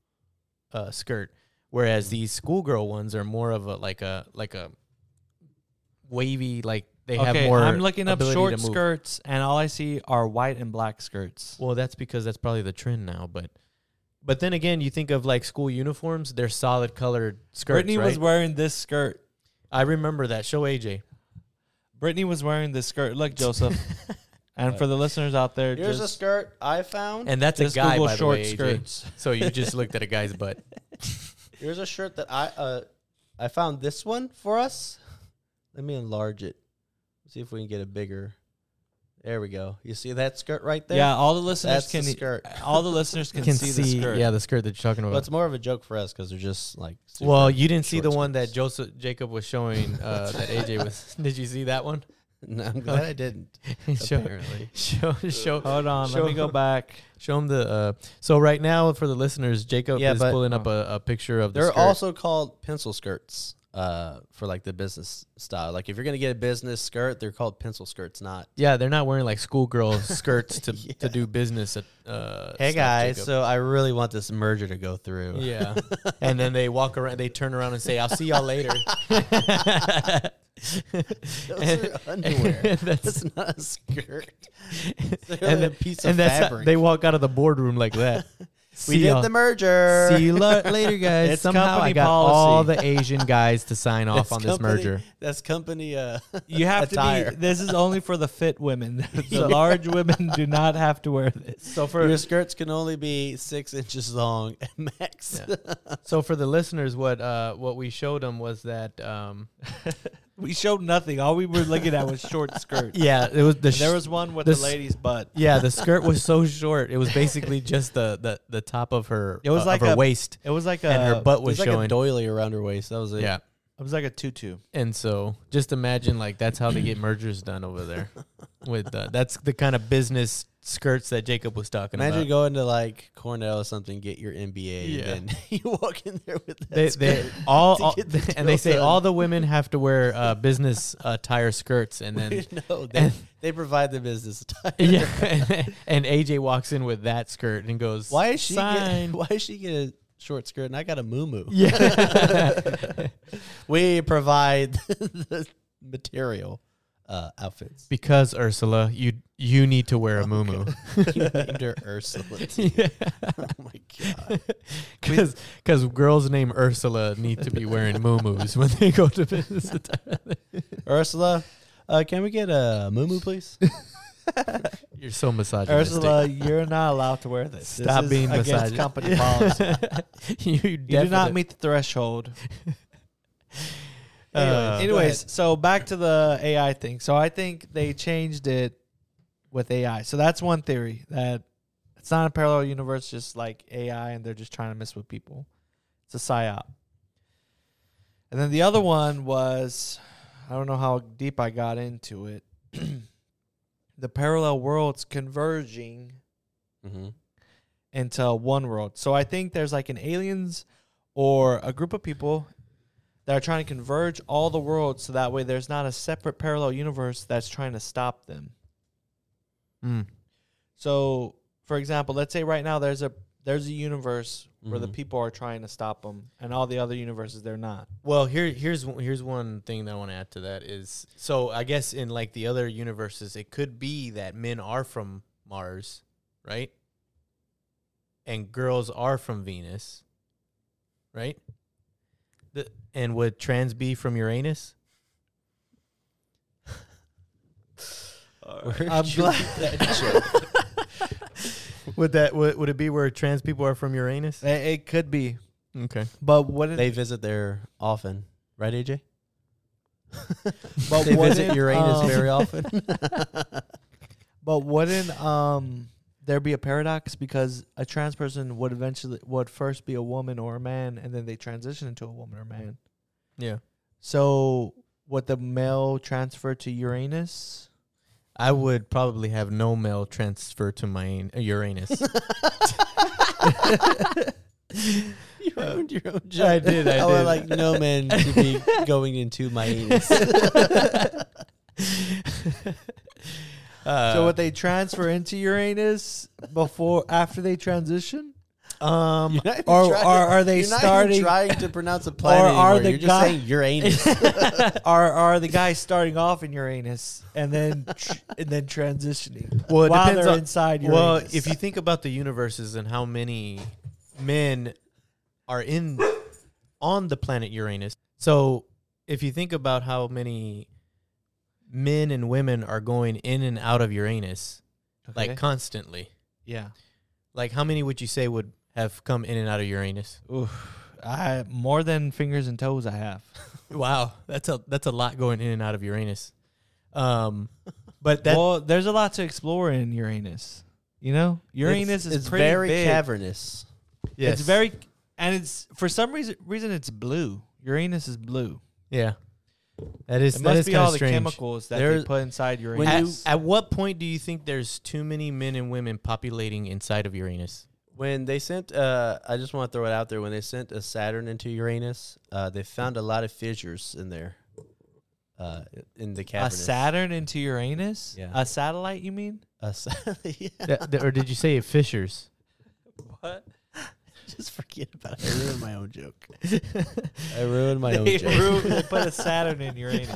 S1: uh, skirt, whereas these schoolgirl ones are more of a like a like a wavy like they have
S3: okay,
S1: more.
S3: I'm looking up
S1: ability
S3: short
S1: to move.
S3: skirts, and all I see are white and black skirts.
S1: Well, that's because that's probably the trend now, but. But then again, you think of like school uniforms; they're solid colored skirts,
S3: Brittany
S1: right?
S3: was wearing this skirt.
S1: I remember that. Show AJ.
S3: Brittany was wearing this
S1: <laughs>
S3: skirt. Look, Joseph, and for the listeners out there,
S2: Here's a
S3: just,
S2: skirt I found.
S1: And that's a
S3: just
S1: guy,
S3: Google
S1: by
S3: short
S1: the way. AJ.
S3: skirts.
S1: So you just looked at a guy's butt.
S2: Here's a shirt that I uh I found this one for us. Let me enlarge it. See if we can get a bigger. There we go. You see that skirt right there?
S3: Yeah, all the listeners
S2: that's
S3: can e-
S2: the skirt.
S3: all the listeners <laughs> can, see, the skirt.
S1: yeah, the skirt that you're talking
S2: But
S1: about.
S2: it's more of a joke for us because they're just like. super-
S1: well, you didn't see
S2: short
S1: the one that
S2: skirts.
S1: <laughs>
S2: <laughs>
S1: Joseph Jacob was showing uh, that AJ was. Did you see that one?
S2: <laughs> No, I'm glad I <laughs> didn't.
S1: show,
S2: Apparently.
S1: show, show,
S3: Hold on, let me go back.
S1: show him the. Uh, so right now, for the listeners, Jacob
S2: Yeah,
S1: is
S2: but-
S1: pulling up a, a picture of the.
S2: They're
S1: skirt.
S2: also called pencil skirts uh, for like the business style. Like if you're gonna get a business skirt, they're called pencil skirts, not.
S1: yeah, they're not wearing like
S2: <laughs>
S1: schoolgirl skirts to
S2: Yeah.
S1: to do business. At, uh,
S2: Hey
S1: stuff,
S2: guys,
S1: Jacob.
S2: so I really want this merger to go through. <laughs>
S1: yeah, and then they walk around, they turn around and say, "I'll see y'all later."
S2: <laughs>
S1: <laughs>
S2: Those
S1: <laughs>
S2: are underwear.
S1: that's-
S2: That's not
S1: <laughs>
S2: a skirt.
S1: and
S2: a
S1: then
S2: piece
S1: and
S2: of
S1: that's how-
S2: fabric.
S1: they walk out of the boardroom like that.
S2: <laughs> we did the merger.
S1: See you <laughs> lo- later, guys.
S3: It's
S1: Somehow I
S3: company
S1: got
S3: policy.
S1: all the Asian guys to <laughs> sign off
S2: That's
S1: on this
S2: company-
S1: merger.
S2: That's company. Uh,
S3: You have
S2: attire.
S3: to be. This is only for the fit women. <laughs>
S1: <laughs>
S3: The large women do not have to wear this.
S1: So <laughs> for
S2: Your skirts can only be six inches long <laughs> at max.
S1: Yeah. so for the listeners, what uh what we showed them was that um <laughs>
S3: We showed nothing. All we were looking at was <laughs> short skirts.
S1: yeah it was the
S3: And there was <laughs> one with
S1: this-
S3: the lady's butt.
S1: yeah the skirt was so short it was basically just the the, the top of her
S3: It was
S1: uh,
S3: like
S1: of her
S3: a- <laughs>
S1: waist
S3: It was like a.
S1: and her butt was
S2: There's like a
S1: showing
S2: doily around her waist. That was it.
S1: yeah
S3: It was like a tutu.
S1: and so just imagine like that's how they get mergers done over
S3: <laughs>
S1: there with uh, that's the kind of business skirts that Jacob was talking
S2: Imagine
S1: about
S2: going to like Cornell or something, get your MBA,
S1: Yeah.
S2: and then <laughs> you walk in there with that.
S1: they,
S2: skirt. <laughs>
S1: they all,
S2: to
S1: all-
S2: get the
S1: <laughs> and they
S2: deal
S1: say
S2: done.
S1: all the women have to wear uh, business attire skirts and then
S2: no, they, they provide the business <laughs> attire.
S1: <laughs> yeah, <laughs> and AJ walks in with that skirt and goes,
S2: Why is she? Get,
S1: Sign.
S2: why is she get a short skirt and I got a muumuu?
S1: <laughs> Yeah, <laughs>
S2: We provide <laughs> the material uh, outfits.
S1: because Ursula, you you need to wear a muumuu. <laughs>
S2: <laughs> You named her <laughs> Ursula. too. Oh my god!
S1: Because girls named Ursula need to be wearing muumuus when they go to business. <laughs>
S2: Ursula, uh, can we get a muumuu, <laughs> please?
S1: You're so misogynistic.
S3: Ursula, you're not allowed to wear this. This
S1: Stop
S3: is
S1: being
S3: against
S1: misogynist.
S3: company policy.
S1: <laughs> you,
S3: You do not meet the <laughs> threshold.
S1: Uh, go
S3: anyways, anyways, so back to the AI thing. So I think they changed it with AI. So that's one theory that it's not a parallel universe, just like AI, and they're just trying to mess with people. It's a psyop. And then the other one was, I don't know how deep I got into it. <clears throat> the parallel worlds converging
S2: Mm-hmm.
S3: into one world. So I think there's like an aliens or a group of people that are trying to converge all the worlds so that way there's not a separate parallel universe that's trying to stop them.
S1: Mm.
S3: So, for example, let's say right now there's a there's a universe where the
S2: Mhm.
S3: people are trying to stop them and all the other universes they're not.
S1: Well, here here's one- here's one thing that I want to add to that is so I guess in like the other universes, it could be that men are from Mars, right? And girls are from Venus, right? The, and would trans be from Uranus? <laughs>
S3: I'm glad
S1: Would that would, would it be where trans people are from Uranus?
S3: it, it could be,
S1: Okay.
S3: but wouldn't
S2: They visit there often, right, <laughs> AJ?
S3: but
S2: they visit
S3: wouldn't,
S2: Uranus
S3: um,
S2: very <laughs> often.
S3: But wouldn't um there be a paradox because a trans person would eventually would first be a woman or a man and then they transition into a woman or man.
S1: Yeah.
S3: So would the male transfer
S1: <laughs>
S3: to Uranus?
S1: I would probably have no male transfer to my uh, Uranus.
S2: <laughs> you ruined your own joke.
S1: I did,
S2: <laughs>
S1: I
S2: would
S1: did.
S2: like no man to be going into <laughs> my anus.
S1: Uh.
S3: so would they transfer into Uranus before after they transition?
S1: um,
S2: You're not even
S3: Or-
S2: trying-
S3: or are they
S2: you're not even
S3: starting-
S2: trying to <laughs> pronounce a planet
S3: are
S2: anymore.
S3: the
S2: You're just
S3: guy-
S2: saying <laughs> Uranus.
S3: Are are the guys starting off in Uranus and then tr- and then transitioning
S1: Well, it
S3: while
S1: depends
S3: they're
S1: on-
S3: inside Uranus?
S1: Well, if you think about the universes and how many men are in on the planet Uranus, so if you think about how many men and women are going in and out of Uranus,
S3: Okay.
S1: like constantly,
S3: yeah,
S1: like how many would you say would have come in and out of Uranus?
S3: I more than fingers and toes I have.
S1: <laughs> Wow, that's a that's a lot going in and out of Uranus. Um, but <laughs> that
S3: well, there's a lot to explore in Uranus. You know, Uranus is
S2: it's
S3: pretty
S2: very
S3: big.
S2: cavernous.
S1: yes.
S3: It's very, and it's for some reason reason it's blue. Uranus is blue,
S1: yeah. That is
S3: It
S1: that
S3: must
S1: is
S3: be all
S1: kind
S3: the
S1: of strange.
S3: chemicals that
S2: There's-
S3: they put inside your
S2: when
S1: At,
S2: you-
S1: at what point do you think there's too many men and women populating inside of Uranus?
S2: When they sent, uh, I just want to throw it out there. When they sent a Saturn into Uranus, uh, they found a lot of fissures in there, uh, in the
S3: a
S2: cavernous.
S3: Saturn into Uranus?
S2: Yeah.
S3: A satellite, you mean?
S2: A
S3: <laughs>
S2: sa- <laughs> yeah,
S1: That- that- or did you say it fissures?
S3: What?
S2: just forget about it. I ruined my own joke. I ruined my own
S3: They
S2: joke.
S3: ruined- they
S2: <laughs>
S3: put a Saturn in Uranus.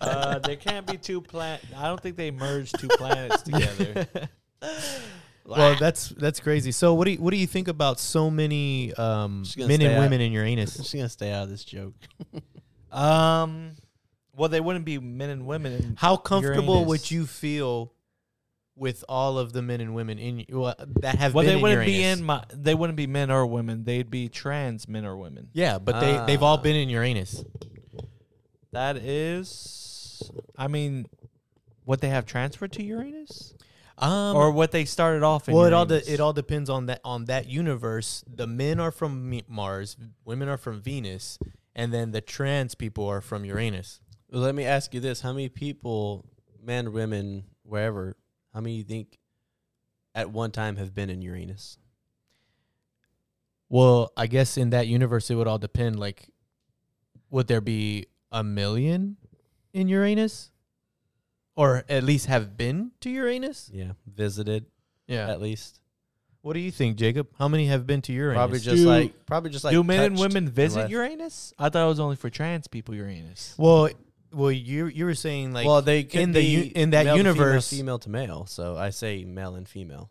S3: uh, there can't be two planet. I don't think they merged two <laughs> planets together.
S1: Well, that's that's crazy. So what do you, what do you think about so many um,
S2: Just gonna
S1: men
S2: stay
S1: and
S2: out.
S1: women in
S2: I'm
S1: Uranus?
S2: just gonna stay out of this joke.
S3: um, well, they wouldn't be men and women. in-
S1: How comfortable
S3: Uranus.
S1: would you feel with all of the men and women in well, that have
S3: well,
S1: been
S3: they
S1: in
S3: wouldn't be
S1: Uranus?
S3: in my. They wouldn't be men or women. They'd be trans men or women.
S1: Yeah, but they they've all been in Uranus.
S3: That is, I mean, what they have transferred to Uranus,
S1: Um,
S3: or what they started off in.
S1: well, it all
S3: Uranus?
S1: de- it all depends on that on that universe. The men are from Me- Mars, women are from Venus, and then the trans people are from Uranus.
S2: Well, let me ask you this: How many people, men, women, wherever, how many you think at one time have been in Uranus?
S1: Well, I guess in that universe, it would all depend. Like, would there be a million in Uranus, or at least have been to Uranus?
S2: Yeah, visited
S1: Yeah.
S2: at least.
S1: What do you think, Jacob? How many have been to Uranus?
S2: Probably just
S3: Do-
S2: like probably just like
S3: Do men and
S2: touched
S3: women visit
S2: left.
S3: Uranus? I thought it was only for trans people. Uranus.
S1: Well, well, you you were saying like
S2: well, they could
S1: in the u-
S2: be
S1: in that
S2: male to female,
S1: universe-
S2: female to male. So I say male and female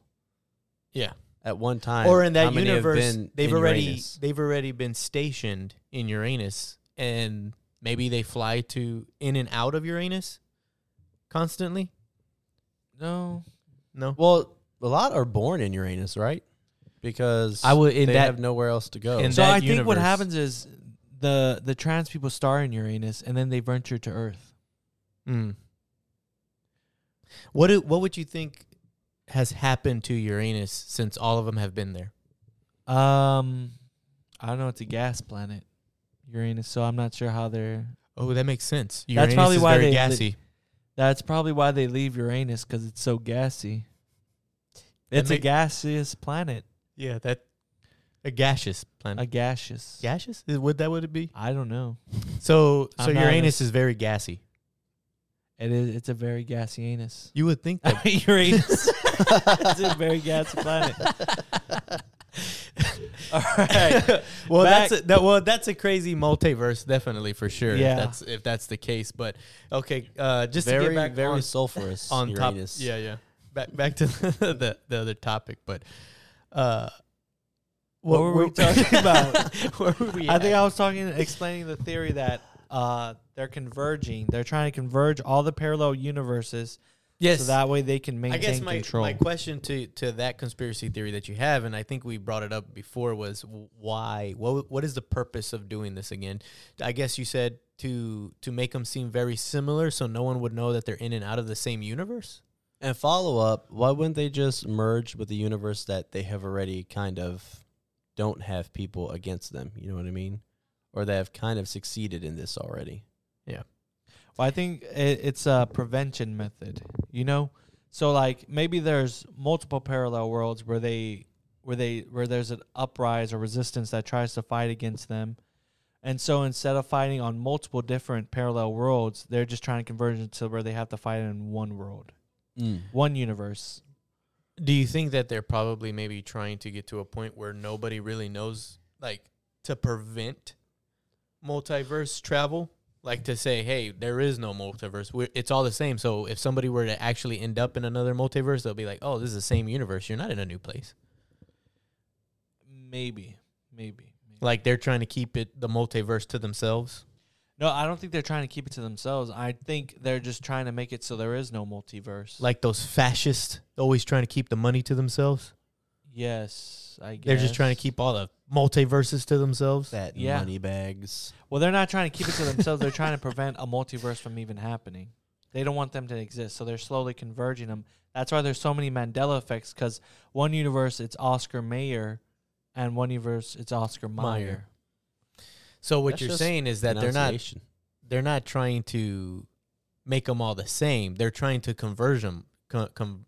S1: yeah,
S2: at one time,
S1: or in
S2: how
S1: that
S2: many have
S1: universe,
S2: been
S1: they've
S2: in
S1: already
S2: Uranus?
S1: they've already been stationed in Uranus, and maybe they fly to in and out of Uranus constantly.
S3: No.
S1: No,
S2: Well, a lot are born in Uranus, right? Because
S1: I would in
S2: they
S1: that
S2: have nowhere else to go.
S1: in
S3: So
S1: that
S3: I think what
S1: universe.
S3: happens is the the trans people star in Uranus and then they venture to Earth.
S1: Mm. What do, what would you think has happened to Uranus since all of them have been there?
S3: Um, I don't know. It's a gas planet, Uranus. So I'm not sure how they're.
S1: Oh, that makes sense. Uranus
S3: That's probably
S1: is
S3: why
S1: very
S3: they-
S1: gassy.
S3: That's probably why they leave Uranus because it's so gassy.
S1: That
S3: It's a
S1: make-
S3: gaseous planet.
S1: yeah, that a gaseous planet.
S3: A gaseous.
S1: gaseous? Is- Would that would it be?
S3: I don't know.
S1: So
S3: I'm
S1: so
S3: not
S1: Uranus
S3: as-
S1: is very gassy.
S3: It is. It's a very gassy
S1: <laughs>
S3: anus.
S1: You would think that.
S3: <laughs> Uranus. it's a very gassy planet. <laughs> All right.
S1: well,
S3: Back-
S1: that's a, that, well, that's a crazy multiverse, definitely for sure.
S3: Yeah.
S1: if that's if that's the case. But okay, uh, just to
S2: very
S1: get back
S2: very
S1: on,
S2: sulfurous
S1: on
S2: Uranus.
S1: top. Yeah, yeah. Back back to <laughs> the the other topic, but uh,
S3: What were we
S1: <laughs>
S3: talking about?
S1: where were we?
S3: I think
S1: at?
S3: I was talking, explaining the theory that uh, they're converging. They're trying to converge all the parallel universes,
S1: yes.
S3: so that way they can maintain
S1: I guess my
S3: control.
S1: my question to to that conspiracy theory that you have, and I think we brought it up before, was why? What what is the purpose of doing this again? I guess you said to to make them seem very similar, so no one would know that they're in and out of the same universe.
S2: And follow up, why wouldn't they just merge with the universe that they have already kind of don't have people against them? You know what I mean? Or they have kind of succeeded in this already.
S3: well, I think it, it's a prevention method. You know, so like maybe there's multiple parallel worlds where they where they where there's an uprise or resistance that tries to fight against them. And so instead of fighting on multiple different parallel worlds, they're just trying to converge into where they have to fight in one world, one universe.
S1: Do you think that they're probably maybe trying to get to a point where nobody really knows, like to prevent multiverse travel? Like to say, hey, there is no multiverse. We're, it's all the same. So if somebody were to actually end up in another multiverse, they'll be like, oh, this is the same universe. You're not in a new place.
S3: Maybe, maybe. maybe.
S1: Like they're trying to keep it the multiverse to themselves.
S3: No, I don't think they're trying to keep it to themselves. I think they're just trying to make it so there is no multiverse.
S1: Like those fascists always trying to keep the money to themselves.
S3: yes, I guess
S1: They're just trying to keep all the multiverses to themselves.
S2: That and
S3: Yeah.
S2: money bags.
S3: Well, they're not trying to keep it to themselves. they're trying to prevent a multiverse from even happening. They don't want them to exist, so they're slowly converging them. That's why there's so many Mandela effects because one universe it's Oscar Mayer, and one universe it's Oscar Mayer.
S1: So what
S2: That's
S1: you're
S2: just
S1: saying is that they're not
S2: Pronunciation.
S1: they're not trying to make them all the same. They're trying to converge them, con- con-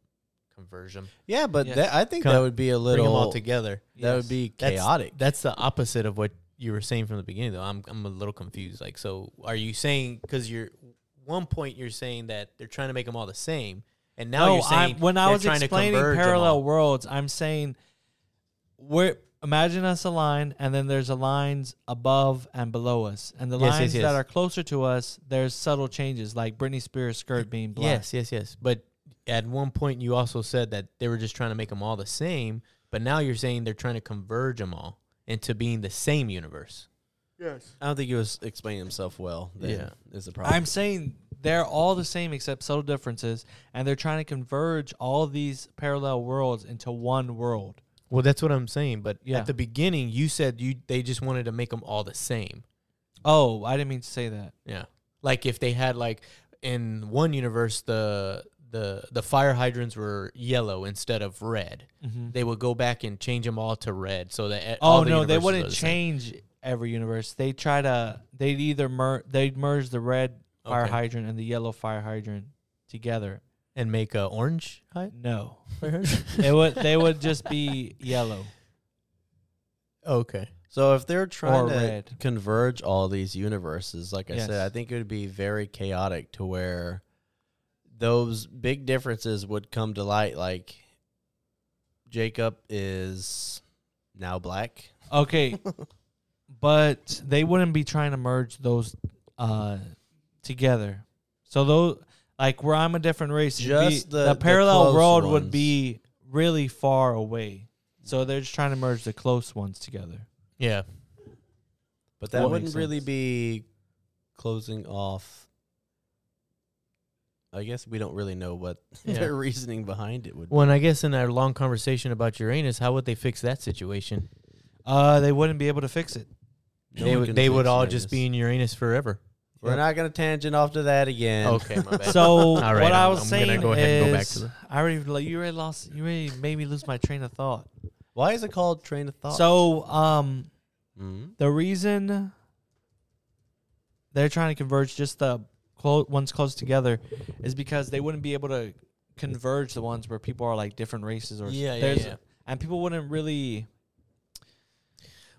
S1: converge 'em.
S2: Yeah, but
S4: Yeah.
S2: that, I think
S1: Come-
S2: that would be a
S1: bring
S2: little.
S1: them all together.
S2: That would be
S1: That's-
S2: chaotic.
S1: That's the opposite of what you were saying from the beginning, though. I'm I'm a little confused. Like, so are you saying because you're one point you're saying that they're trying to make them all the same, and now
S3: no,
S1: you're saying
S3: I, when I
S1: they're
S3: was
S1: trying to
S3: explaining
S1: converge 'em
S3: parallel
S1: all.
S3: worlds, I'm saying we're imagine us a line, and then there's a lines above and below us, and the
S1: Yes, yes,
S3: lines
S1: yes.
S3: that are closer to us, there's subtle changes, like Britney Spears' skirt being black.
S1: Yes, yes, yes. But at one point you also said that they were just trying to make them all the same, but now you're saying they're trying to converge them all into being the same universe.
S2: I don't think he was explaining himself well. Then,
S1: Yeah.
S2: is the problem.
S3: I'm saying they're all the same except subtle differences, and they're trying to converge all these parallel worlds into one world.
S1: Well, that's what I'm saying. But
S3: Yeah.
S1: at the beginning, you said you they just wanted to make them all the same.
S3: Oh, I didn't mean to say that.
S1: Yeah. Like if they had like in one universe the the the fire hydrants were yellow instead of red. They would go back and change them all to red so that eh,
S3: Oh
S1: Mm-hmm. all the
S3: no, they
S1: universes are
S3: wouldn't
S1: the same.
S3: change every universe. They try to they'd either mer- they'd merge the red fire
S1: Okay.
S3: hydrant and the yellow fire hydrant together.
S1: and make a orange. hy-
S3: No. it would they would just be yellow.
S1: Okay.
S2: So if they're trying
S3: Or
S2: to
S3: red.
S2: converge all these universes, like I
S3: Yes.
S2: said, I think it would be very chaotic to where those big differences would come to light. Like Jacob is now black.
S3: Okay. but they wouldn't be trying to merge those uh together. So those like where I'm a different race, it'd be-
S2: Just the-
S3: the
S2: the
S3: parallel
S2: close
S3: world would
S2: ones.
S3: be really far away. So they're just trying to merge the close ones together.
S1: <laughs> Yeah.
S2: But
S3: That
S2: that
S3: makes
S2: wouldn't really
S3: sense.
S2: be closing off. I guess we don't really know what <laughs>
S1: Yeah.
S2: their reasoning behind it would be.
S1: Well, and I guess in our long conversation about Uranus, how would they fix that situation?
S3: Uh they wouldn't be able to
S1: <laughs>
S3: fix it.
S2: No
S1: they
S2: one
S1: would
S2: can
S1: they
S2: fix
S1: would all
S2: Uranus.
S1: just be in Uranus forever.
S2: We're not going to tangent off to that again.
S1: Okay, my
S3: <laughs>
S1: bad. All
S3: So
S1: right,
S3: what i
S1: I'm-
S3: was
S1: I'm gonna
S3: saying
S1: go ahead
S3: is,
S1: and go back to the-
S3: I already lo- you already lost you already made me lose my train of thought.
S2: <laughs> Why is it called train of thought?
S3: So um,
S2: Mhm.
S3: the reason they're trying to converge just the clo- ones close together is because they wouldn't be able to converge the ones where people are like different races or
S1: Yeah, yeah,
S3: there's-
S1: yeah.
S3: and people wouldn't really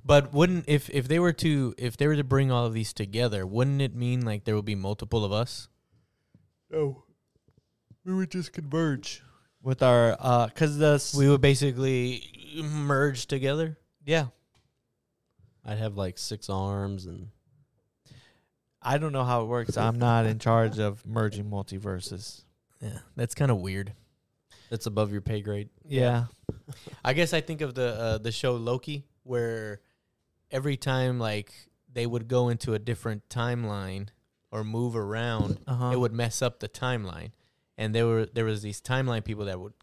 S1: But wouldn't if if they were to if they were to bring all of these together, wouldn't it mean like there would be multiple of us?
S3: oh we would just converge with our uh because the s-
S1: We would basically merge together.
S3: yeah
S2: I'd have like six arms and
S3: I don't know how it works I'm not in charge of merging multiverses
S1: Yeah, that's kind of weird.
S2: that's above your pay grade.
S3: yeah
S1: I guess I think of the uh, the show Loki, where every time like they would go into a different timeline or move around,
S3: uh-huh
S1: it would mess up the timeline. And there were there was these timeline people that would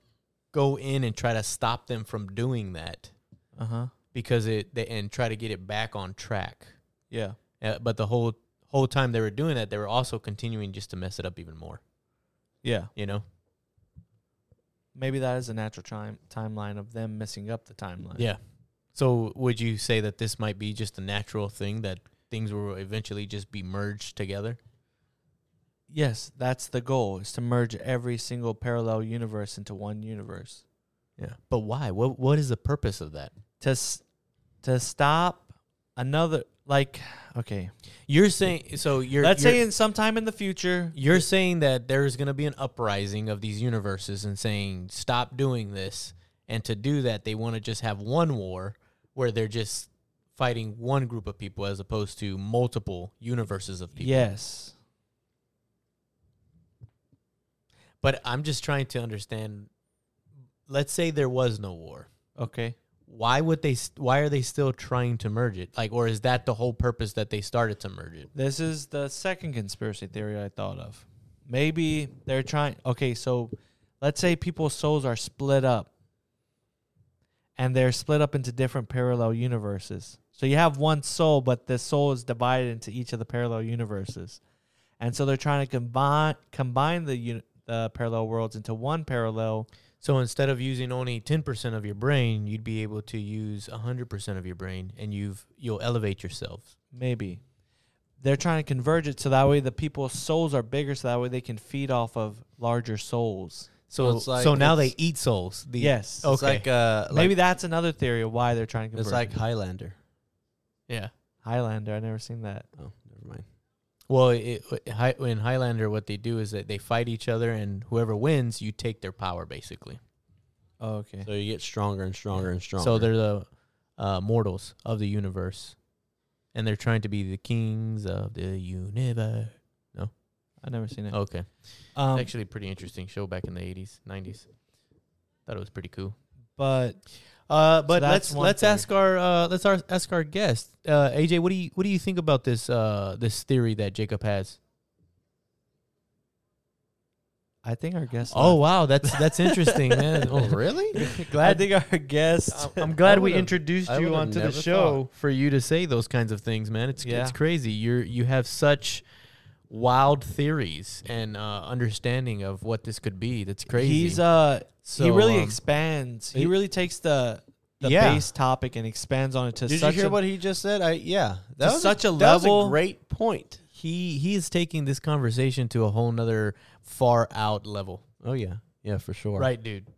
S1: go in and try to stop them from doing that
S3: uh-huh
S1: because it they, and try to get it back on track.
S3: yeah
S1: Uh, but the whole whole time they were doing that, they were also continuing just to mess it up even more.
S3: yeah
S1: You know?
S3: maybe that is a natural time timeline of them messing up the timeline.
S1: Yeah. So would you say that this might be just a natural thing that things will eventually just be merged together?
S3: Yes, that's the goal is to merge every single parallel universe into one universe.
S1: Yeah. But why? What What is the purpose of that?
S3: To s- to stop another like okay.
S1: You're saying so. You're
S3: Let's
S1: you're,
S3: say in sometime in the future.
S1: You're saying that there's going to be an uprising of these universes and saying stop doing this. And to do that, they want to just have one war where they're just fighting one group of people as opposed to multiple universes of people.
S3: Yes.
S1: But I'm just trying to understand. Let's say there was no war.
S3: Okay.
S1: Why would they? st- Why are they still trying to merge it? Like, or is that the whole purpose that they started to merge it?
S3: This is the second conspiracy theory I thought of. Maybe they're trying. Okay, so let's say people's souls are split up and they're split up into different parallel universes. So you have one soul, but the soul is divided into each of the parallel universes. And so they're trying to combine combine the uni- the parallel worlds into one parallel.
S1: So instead of using only 10% of your brain, you'd be able to use 100% of your brain and you've you'll elevate yourself.
S3: Maybe. they're trying to converge it so that way the people's souls are bigger, so that way they can feed off of larger souls.
S1: So
S2: Well, it's like-
S1: so now they
S2: it's-
S1: eat souls. The,
S3: yes,
S1: Oh,
S2: It's
S1: Okay.
S2: like uh,
S3: maybe
S2: like-
S3: that's another theory of why they're trying to converge.
S2: it's like Highlander.
S1: Yeah.
S3: Highlander. I never seen that.
S2: Oh, never mind.
S1: Well, it, it- Hi- in Highlander, what they do is that they fight each other, and whoever wins, you take their power, basically.
S3: Oh, okay.
S2: So you get stronger and stronger and stronger.
S1: So they're the uh, mortals of the universe, and they're trying to be the kings of the universe.
S3: I never seen it.
S1: Okay,
S3: Um,
S1: actually, pretty interesting show back in the eighties, nineties. Thought it was pretty cool.
S3: but
S1: Uh, but
S3: that's
S1: let's
S3: one
S1: let's
S3: theory.
S1: ask our uh, let's our, ask our guest uh, AJ. What do you what do you think about this uh, this theory that Jacob has?
S3: I think our guest.
S1: Oh
S3: left.
S1: wow, that's that's <laughs>
S2: <laughs>
S1: interesting, man.
S2: oh
S3: <laughs>
S2: really?
S3: I
S1: glad
S3: think our guest.
S1: I'm- I'm glad
S2: I
S1: we
S2: would've-
S1: introduced
S2: I
S1: you
S2: would've
S1: onto the
S2: never
S1: show for you to say those kinds of things, man. It's
S3: Yeah.
S1: it's crazy. You're you have such wild theories and uh, understanding of what this could be. That's crazy.
S3: He's uh he
S1: So,
S3: really
S1: um,
S3: expands. He,
S1: he-
S3: really takes the the
S1: Yeah.
S3: base topic and expands on it to
S2: Did you
S3: such
S2: hear
S3: a
S2: what he just said? I yeah.
S3: to
S2: That was
S3: such a
S2: a, that was
S3: level-
S2: a great point.
S1: he he is taking this conversation to a whole nother far out level.
S2: Oh yeah, yeah for sure.
S1: Right, dude.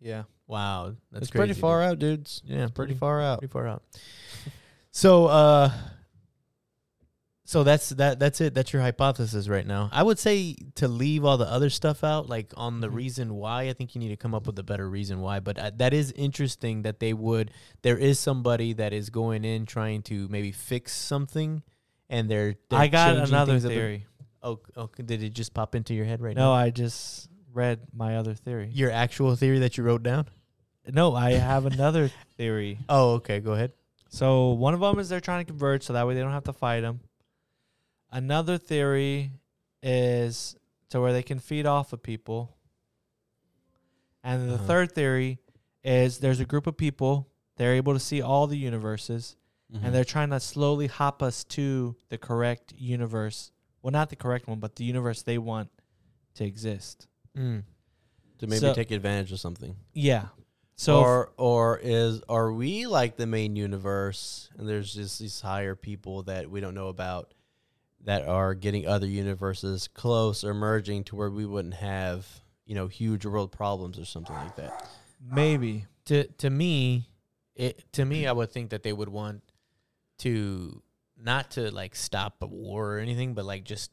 S3: yeah.
S1: Wow, that's
S2: It's
S1: crazy,
S2: pretty
S1: dude.
S2: far out, dudes.
S1: Yeah, <laughs>
S3: Mhm.
S2: Pretty far out.
S1: pretty far out. So, uh, so that's that. That's it. That's your hypothesis right now. I would say to leave all the other stuff out, like on the
S3: Mhm.
S1: reason why. I think you need to come up with a better reason why. But uh, that is interesting that they would. There is somebody that is going in trying to maybe fix something, and they're. they're
S3: I got
S1: changing
S3: another
S1: things up.
S3: theory.
S1: Oh, oh, did it just pop into your head right
S3: No,
S1: now?
S3: I just read my other theory.
S1: Your actual theory that you wrote down.
S3: No, I have another theory.
S1: Oh, okay. Go ahead.
S3: So one of them is they're trying to converge, so that way they don't have to fight them. Another theory is to where they can feed off of people. And the
S1: Uh-huh.
S3: third theory is there's a group of people they're able to see all the universes,
S1: Mm-hmm.
S3: and they're trying to slowly hop us to the correct universe. Well, not the correct one, but the universe they want to exist.
S1: Mm.
S2: to maybe
S3: so-
S2: take advantage of something.
S3: Yeah. So
S2: or or is are we like the main universe and there's just these higher people that we don't know about that are getting other universes close or merging to where we wouldn't have you know huge world problems or something like that
S3: maybe
S1: to to me, it to
S3: Mm-hmm.
S1: me, I would think that they would want to not to like stop a war or anything, but like just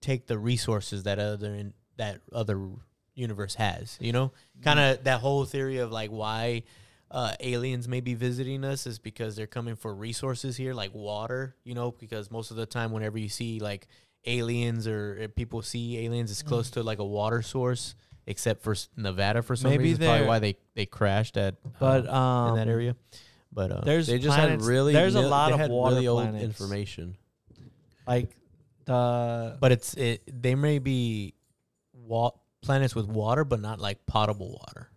S1: take the resources that other in, that other universe has. You know,
S3: Mm-hmm.
S1: kind of that whole theory of like why. Uh, aliens may be visiting us is because they're coming for resources here, like water. You know, because most of the time, whenever you see like aliens or uh, people see aliens, it's
S3: Mm.
S1: close to like a water source, except for s- Nevada for some
S3: Maybe
S1: reason. Probably
S3: they're-
S1: why they they crashed at uh,
S3: but um
S1: in that area. But uh,
S3: there's
S2: they just
S3: planets,
S2: had really
S3: there's a
S2: nil-
S3: lot
S2: they
S3: of
S2: had
S3: water
S2: really old
S3: planets. <laughs>
S2: information
S3: like the
S1: but it's it they may be wa- planets with water, but not like potable water.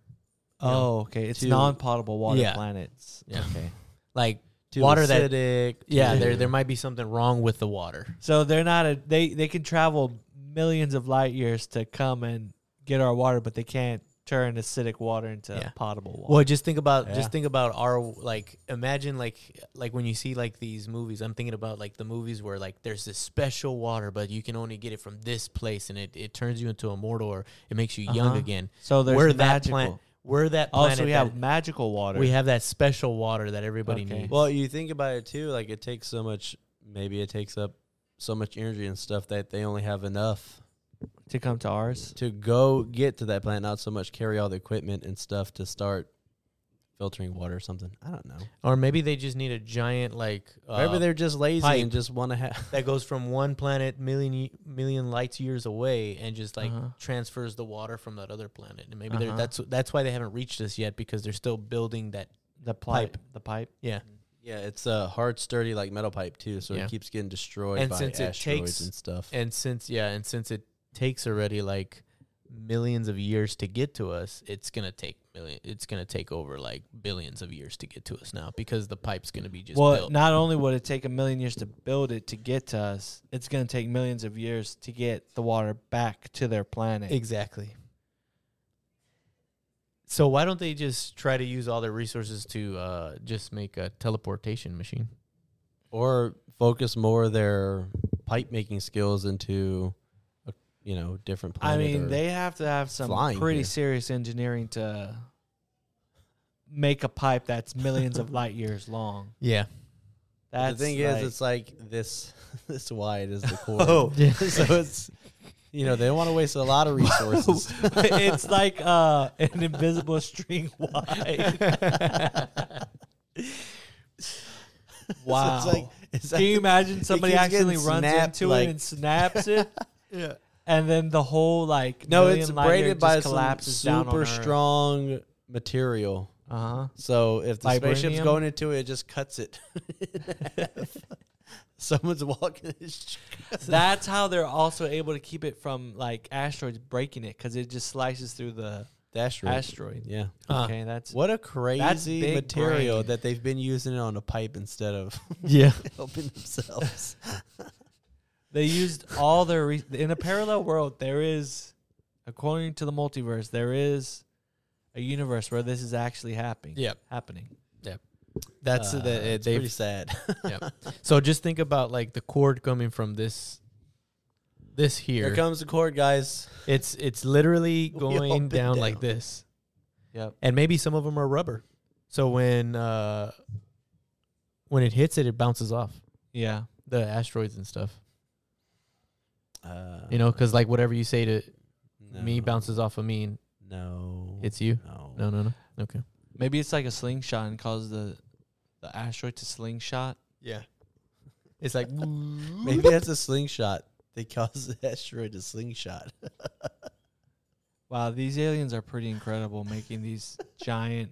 S1: you know,
S3: oh okay it's
S2: to-
S3: non-potable water
S1: Yeah.
S3: <laughs> planets
S1: Yeah.
S3: okay
S1: Like
S2: Too
S1: Water that-
S2: acidic,
S1: yeah,
S2: too-
S1: there there might be something wrong with the water.
S3: so they're not a they they can travel millions of light years to come and get our water but they can't turn acidic water into
S1: Yeah.
S3: potable water
S1: Well, just think about
S2: Yeah.
S1: just think about our like imagine like like when you see like these movies. I'm thinking about like the movies where like there's this special water, but you can only get it from this place, and it, it turns you into a mortal or it makes you
S3: Uh-huh.
S1: young again.
S3: so there's
S1: We're that
S3: magical
S1: plant. We're that
S3: oh
S1: planet.
S3: so we
S1: that-
S3: have magical water
S1: we have that special water that everybody
S3: Okay.
S1: needs.
S2: well you think about it too like it takes so much maybe it takes up so much energy and stuff that they only have enough
S3: to come to ours
S2: to go get to that plant, not so much carry all the equipment and stuff to start filtering water or something. I don't know.
S1: or maybe they just need a giant like uh,
S2: Maybe they're just lazy
S1: pipe.
S2: and just want to have.
S1: that goes from one planet million y- million light years away and just like
S3: Uh-huh.
S1: transfers the water from that other planet. And maybe they're
S3: Uh-huh.
S1: that's that's why they haven't reached us yet because they're still building that.
S3: the pipe
S1: Pipe.
S3: the pipe
S1: Yeah.
S2: <laughs> Yeah, it's a hard, sturdy like metal pipe too, so
S1: Yeah.
S2: it keeps getting destroyed
S1: And
S2: by
S1: since it
S2: asteroids
S1: takes-
S2: and stuff.
S1: And since yeah, and since it takes already like millions of years to get to us, it's going to take million it's going to take over like billions of years to get to us now because the pipe's going to be just
S3: well
S1: built.
S3: not only would it take a million years to build it to get to us it's going to take millions of years to get the water back to their planet
S1: Exactly. So why don't they just try to use all their resources to uh, just make a teleportation machine?
S2: or focus more their pipe making skills into, a, you know, different
S3: I
S2: planet.
S3: mean,
S2: or-
S3: they have to have some
S2: flying
S3: pretty
S2: here.
S3: serious engineering to make a pipe that's millions of light years
S2: <laughs>
S3: long.
S1: Yeah.
S3: That's
S2: the thing
S3: like-
S2: is, it's like this <laughs> this wide is the core.
S3: Oh.
S2: <laughs> so it's you know they don't want to waste a
S3: <laughs>
S2: lot of resources. <laughs>
S3: it's like uh, an invisible string <laughs>
S2: <laughs>
S3: wide. wow.
S2: So it's like it's
S3: Can
S2: <laughs>
S3: you
S2: like-
S3: imagine somebody
S2: keeps getting
S3: accidentally runs
S2: snapped,
S3: into
S2: like-
S3: it and snaps it?
S2: <laughs> Yeah.
S3: And then the whole like
S2: no,
S3: million
S2: it's
S3: light year just
S2: braided by some
S3: collapses down on
S2: super
S3: Earth.
S2: strong material.
S3: Uh huh.
S2: So if the spaceship's
S3: Vibranium?
S2: going into it, it just cuts it. <laughs> Someone's walking.
S3: <laughs>
S2: This
S3: That's how they're also able to keep it from like asteroids breaking it because it just slices through the
S2: asteroid.
S3: asteroid.
S2: yeah.
S1: Huh.
S3: Okay, that's
S2: What a crazy
S3: big
S2: material
S3: brain.
S2: that they've been using it on a pipe instead of <laughs>
S1: Yeah.
S2: helping themselves.
S3: they used all their re- in a parallel world. There is, according to the multiverse, there is a universe where this is actually happening.
S1: Yep.
S3: happening.
S1: <laughs> That's
S2: Uh,
S1: the,
S2: it's pretty
S1: they've
S2: sad.
S1: So just think about like the cord coming from this this <laughs> here.
S2: Here comes the cord, guys.
S1: it's it's literally
S2: We all
S1: going
S2: been
S1: down, like
S2: down.
S1: this.
S3: Yep.
S1: And maybe some of them are rubber. So when uh when it hits it it bounces off
S3: Yeah.
S1: the asteroids and stuff.
S2: Uh,
S1: You know, cuz like whatever you say to me
S2: no,
S1: bounces off of me and
S2: No,
S1: hits you.
S2: no.
S1: No, no, no. Okay.
S3: Maybe it's like a slingshot and causes the the asteroid to slingshot.
S1: Yeah. It's <laughs> like
S2: Maybe that's a slingshot. They cause <laughs> the asteroid to slingshot.
S3: Wow, these aliens are pretty incredible making these giant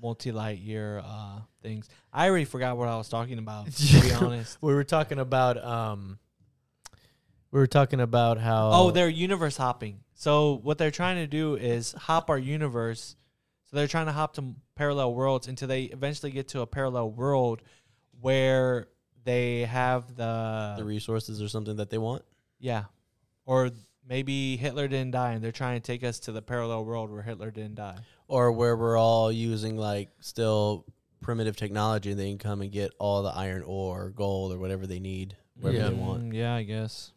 S3: multi light year uh, things. I already forgot what I was talking about, to be honest.
S1: we were talking about um we were talking about how
S3: Oh, they're universe hopping. So what they're trying to do is hop our universe. So they're trying to hop to m- parallel worlds until they eventually get to a parallel world where they have
S1: Uh,
S3: the,
S2: the resources or something that they want.
S3: yeah, or maybe Hitler didn't die, and they're trying to take us to the parallel world where Hitler didn't die.
S2: Or where we're all using like still primitive technology and they can come and get all the iron ore or gold or whatever they need, wherever
S1: Yeah.
S2: they want.
S3: Mm, yeah, I guess.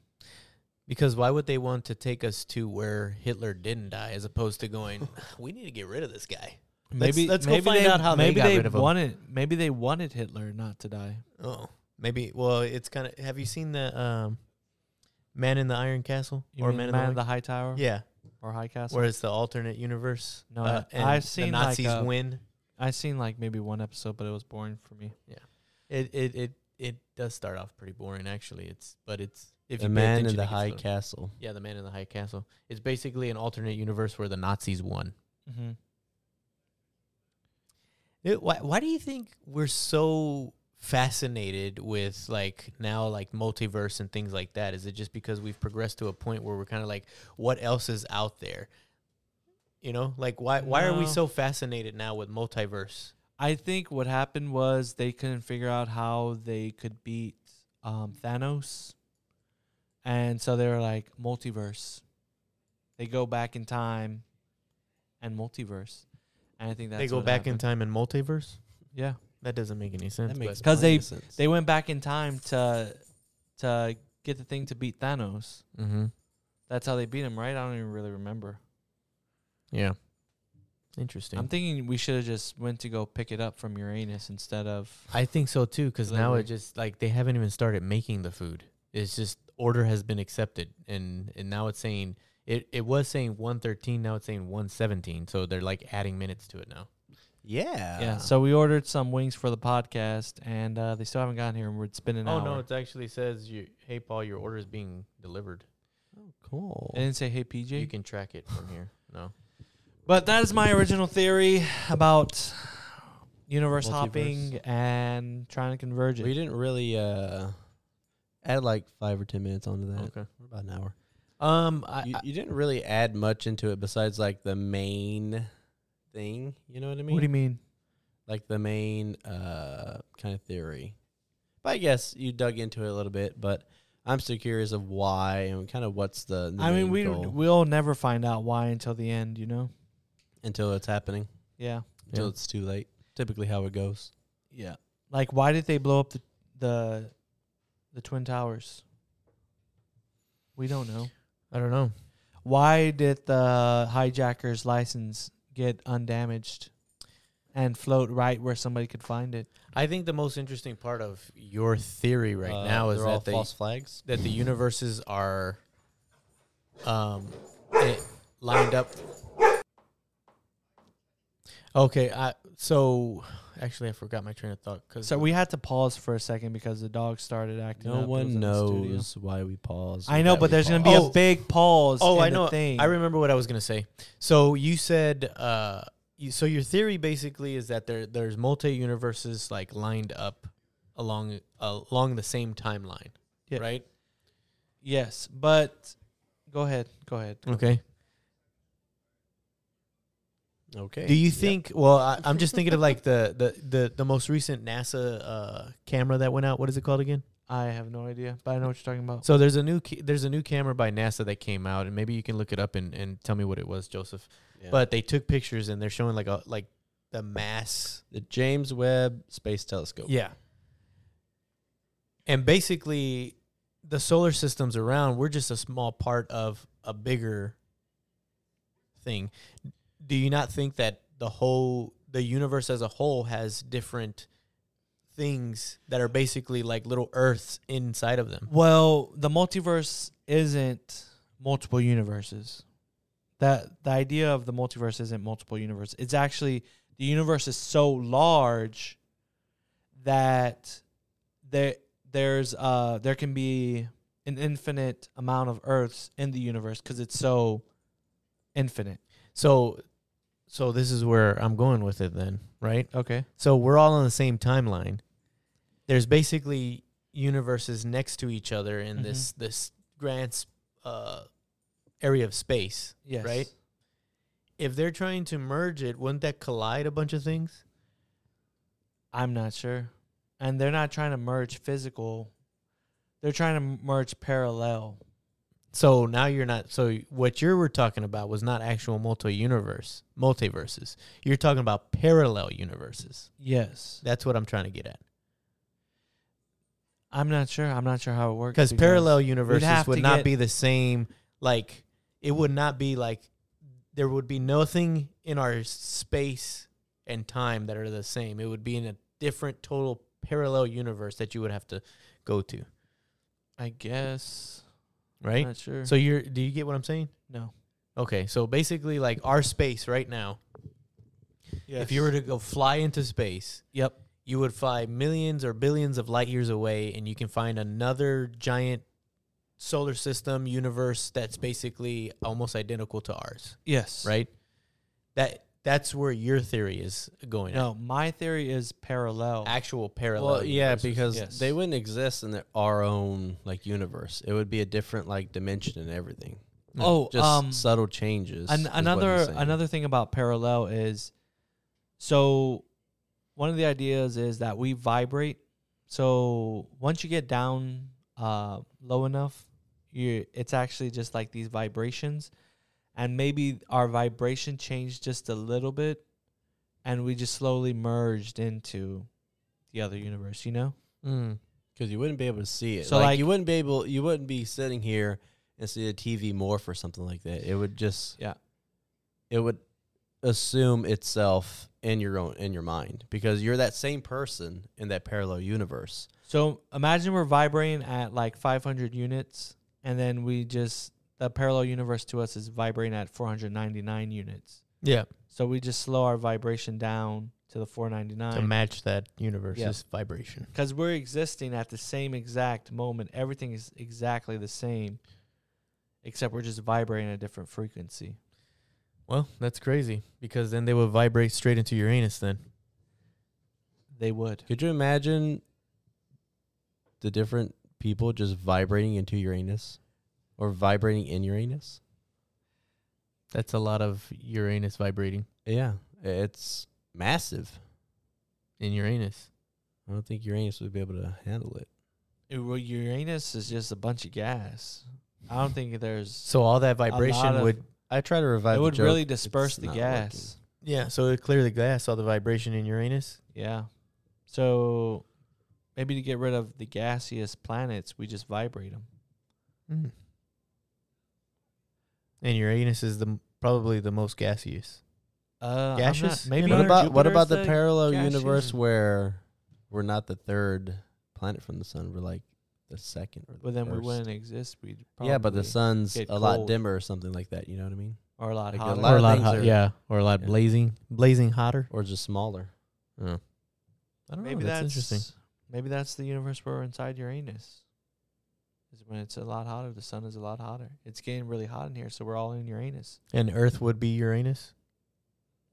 S1: Because why would they want to take us to where Hitler didn't die, as opposed to
S3: <laughs>
S1: going, we need to get rid of this guy? Let's-
S3: Maybe
S1: let's go
S3: maybe
S1: find
S3: they,
S1: out how they
S3: maybe
S1: got rid of him.
S3: wanted, Maybe they wanted Hitler not to die.
S1: Oh, maybe. Well, it's kind of. Have you seen the um, Man in the Iron Castle
S3: You mean Man in the
S1: White-
S3: High Tower
S1: Yeah,
S3: or High Castle?
S1: where it's the alternate universe.
S3: No,
S1: uh,
S3: I- I've seen,
S1: the
S3: like,
S1: Nazis
S3: a-
S1: win.
S3: I seen like maybe one episode, but it was boring for me.
S1: It it it it does start off pretty boring, actually. It's but it's if
S2: the
S1: you pay
S2: man in
S1: attention,
S2: the
S1: it gets
S2: high
S1: little-
S2: castle.
S1: Yeah, the Man in the High Castle. It's basically an alternate universe where the Nazis won.
S3: Mm-hmm.
S1: It, why, why do you think we're so fascinated with like now like multiverse and things like that? Is it just because we've progressed to a point where we're kind of like, what else is out there? You know, like why why are we
S3: No.
S1: so fascinated now with multiverse?
S3: I think what happened was they couldn't figure out how they could beat um, Thanos, and so they were like multiverse. They go back in time, and multiverse, and I think that's
S1: they go
S3: what
S1: back in
S3: happened.
S1: time and multiverse.
S3: Yeah,
S1: That doesn't make any sense.
S2: That makes
S1: but-
S3: 'Cause they-
S2: plenty of sense.
S3: they went back in time to to get the thing to beat Thanos.
S1: Mhm.
S3: That's how they beat him, right? I don't even really remember.
S1: yeah, interesting.
S3: I'm thinking we should have just went to go pick it up from Uranus instead of
S1: I think so too, because now
S3: Delivery.
S1: it just like they haven't even started making the food. It's just order has been accepted, and and now it's saying it. It was saying one thirteen, now it's saying one seventeen. So they're like adding minutes to it now.
S2: yeah.
S3: Yeah, so we ordered some wings for the podcast, and uh, they still haven't gotten here, and we're, it's been an
S1: oh
S3: hour.
S1: no, it actually says you. Hey Paul, your order is being delivered.
S2: cool.
S3: I didn't say, hey, PJ.
S1: You can track it from here. <laughs> No,
S3: but that is my original theory about universe
S2: Multiverse.
S3: hopping and trying to converge it.
S2: We didn't really uh, add like five or ten minutes onto that.
S1: okay.
S2: We're about an hour.
S1: Um, I,
S2: you,
S1: I-
S2: you didn't really add much into it besides like the main thing. You know what I mean?
S3: what do you mean?
S2: like the main uh, kind of theory. But I guess you dug into it a little bit. But I'm still curious of why and kind of what's the. the
S3: I mean,
S2: main
S3: we
S2: goal
S3: we'll never find out why until the end, you know?
S2: until it's happening,
S3: Yeah.
S2: until it's too late. Typically, how it goes.
S3: Yeah. Like, why did they blow up the, the the twin towers? We don't know.
S1: I don't know.
S3: Why did the hijacker's license get undamaged and float right where somebody could find it?
S1: I think the most interesting part of your theory right
S2: Uh,
S1: now is
S2: they're all
S1: that they
S2: false flags.
S1: that the universes are um eh, lined up. Okay, I so actually I forgot my train of thought because
S3: So we had to pause for a second because the dog started acting. up.
S2: No
S3: It was
S2: one
S3: in the studio.
S2: knows why we pause.
S3: I know,
S2: that
S3: but
S2: we
S3: there's gonna be
S2: pause.
S1: Oh.
S3: a big pause.
S1: Oh,
S3: in
S1: I
S3: the
S1: know.
S3: Thing.
S1: I remember what I was gonna say. So you said, uh, you, so your theory basically is that there there's multi universes like lined up along along the same timeline,
S3: Yeah.
S1: right?
S3: Yes, but go ahead. Go ahead.
S1: Okay.
S2: Okay.
S1: Do you
S2: Yep.
S1: think? Well, I, I'm just thinking of like the, the the the most recent NASA uh, camera that went out. What is it called again?
S3: I have no idea, but I know what you're talking about.
S1: So there's a new ca- there's a new camera by NASA that came out, and maybe you can look it up and, and tell me what it was, Joseph.
S2: Yeah.
S1: But they took pictures and they're showing like a like the mass
S2: the James Webb Space Telescope?
S1: Yeah. And basically, the solar system's around. We're just a small part of a bigger thing. Do you not think that the whole, the universe as a whole, has different things that are basically like little Earths inside of them?
S3: Well, the multiverse isn't multiple universes. That the idea of the multiverse isn't multiple universe. It's actually the universe is so large that there there's uh there can be an infinite amount of Earths in the universe because it's so infinite.
S1: So, so this is where I'm going with it, then, right?
S3: Okay.
S1: So we're all on the same timeline. There's basically universes next to each other in this this grand s- uh, area of space.
S3: Yes.
S1: Right? If they're trying to merge it, wouldn't that collide a bunch of things?
S3: I'm not sure. And they're not trying to merge physical. They're trying to merge parallel.
S1: So now you're not. So what you were talking about was not actual multi universe multiverses. You're talking about parallel universes.
S3: Yes.
S1: That's what I'm trying to get at.
S3: I'm not sure. I'm not sure how it works.
S1: because parallel
S3: have
S1: universes would
S3: to
S1: not
S3: get-
S1: be the same. Like it would not be like there would be nothing in our space and time that are the same. It would be in a different, total parallel universe that you would have to go to,
S3: I guess.
S1: right?
S3: Not sure.
S1: So you're, do you get what I'm saying?
S3: no.
S1: Okay, so basically, like our space right now, if you were to go fly into space,
S3: Yep.
S1: you would fly millions or billions of light years away and you can find another giant solar system universe that's basically almost identical to ours
S3: Yes.
S1: right that that's where your theory is going
S3: No, my theory is parallel.
S1: at. actual parallel
S2: Well, yeah,
S1: universes.
S2: because
S3: yes.
S2: they wouldn't exist in their, our own like universe. It would be a different like dimension and everything.
S3: Oh,
S2: just
S3: um,
S2: subtle changes.
S3: An-
S2: is what he's
S3: another
S2: saying.
S3: another thing about parallel is so one of the ideas is that we vibrate so once you get down uh, low enough you it's actually just like these vibrations and maybe our vibration changed just a little bit and we just slowly merged into the other universe you know
S2: Hmm.
S1: Mm.
S2: because you wouldn't be able to see it.
S3: So,
S2: like,
S3: like-
S2: you wouldn't be able, you wouldn't be sitting here and see a TV morph or something like that. It would just,
S3: Yeah.
S2: it would assume itself in your own in your mind because you're that same person in that parallel universe.
S3: So imagine we're vibrating at like 500 units, and then we just the parallel universe to us is vibrating at 499 units.
S1: yeah
S3: So we just slow our vibration down to the
S1: to
S3: 499
S1: match that universe's
S3: Yeah.
S1: vibration
S3: because we're existing at the same exact moment. Everything is exactly the same, except we're just vibrating at a different frequency.
S1: well that's crazy because then they would vibrate straight into your anus then
S3: They would.
S2: Could you imagine the different people just vibrating into Uranus or vibrating in Uranus?
S1: that's a lot of uranus vibrating
S2: Yeah, it's massive.
S1: in your anus
S2: I don't think Uranus would be able to handle it.
S3: Well, Uranus is just a bunch of gas. I don't think there's.
S1: so all that
S3: a lot
S1: vibration
S3: of-
S1: would
S2: I try to revive.
S3: It
S2: the
S3: would
S2: joke.
S3: really disperse
S2: It's
S3: the
S2: not
S3: gas.
S2: working.
S1: yeah so it clear the glass all the vibration in uranus
S3: Yeah. So maybe to get rid of the gaseous planets, we just vibrate them.
S1: Mm. And Uranus is the m- probably the most gaseous.
S3: Uh, I'm not-
S1: Gaseous? What
S3: maybe
S2: What
S1: Jupiter-
S2: about what about
S3: Jupiter's uh,
S2: the parallel
S3: gas
S2: universe
S3: user.
S2: where we're not the third planet from the sun? We're like the second or the
S3: Well, then we
S2: first.
S3: wouldn't exist. We'd
S2: Yeah, but the
S3: probably-
S2: sun's a
S3: get
S2: lot
S3: cold.
S2: dimmer or something like that. You know what I mean?
S3: or a lot
S2: like, a
S3: hotter.
S2: lot
S1: or a
S2: of
S1: lot
S2: things
S1: hot,
S2: are-
S1: yeah, or a lot
S2: yeah.
S1: blazing, blazing hotter.
S2: Or just smaller.
S1: I don't
S3: Maybe
S1: know. That's,
S3: that's,
S1: interesting.
S3: Maybe that's the universe where we're inside Uranus. Is when it's a lot hotter. The sun is a lot hotter. It's getting really hot in here, so we're all in Uranus.
S1: And Earth would be Uranus.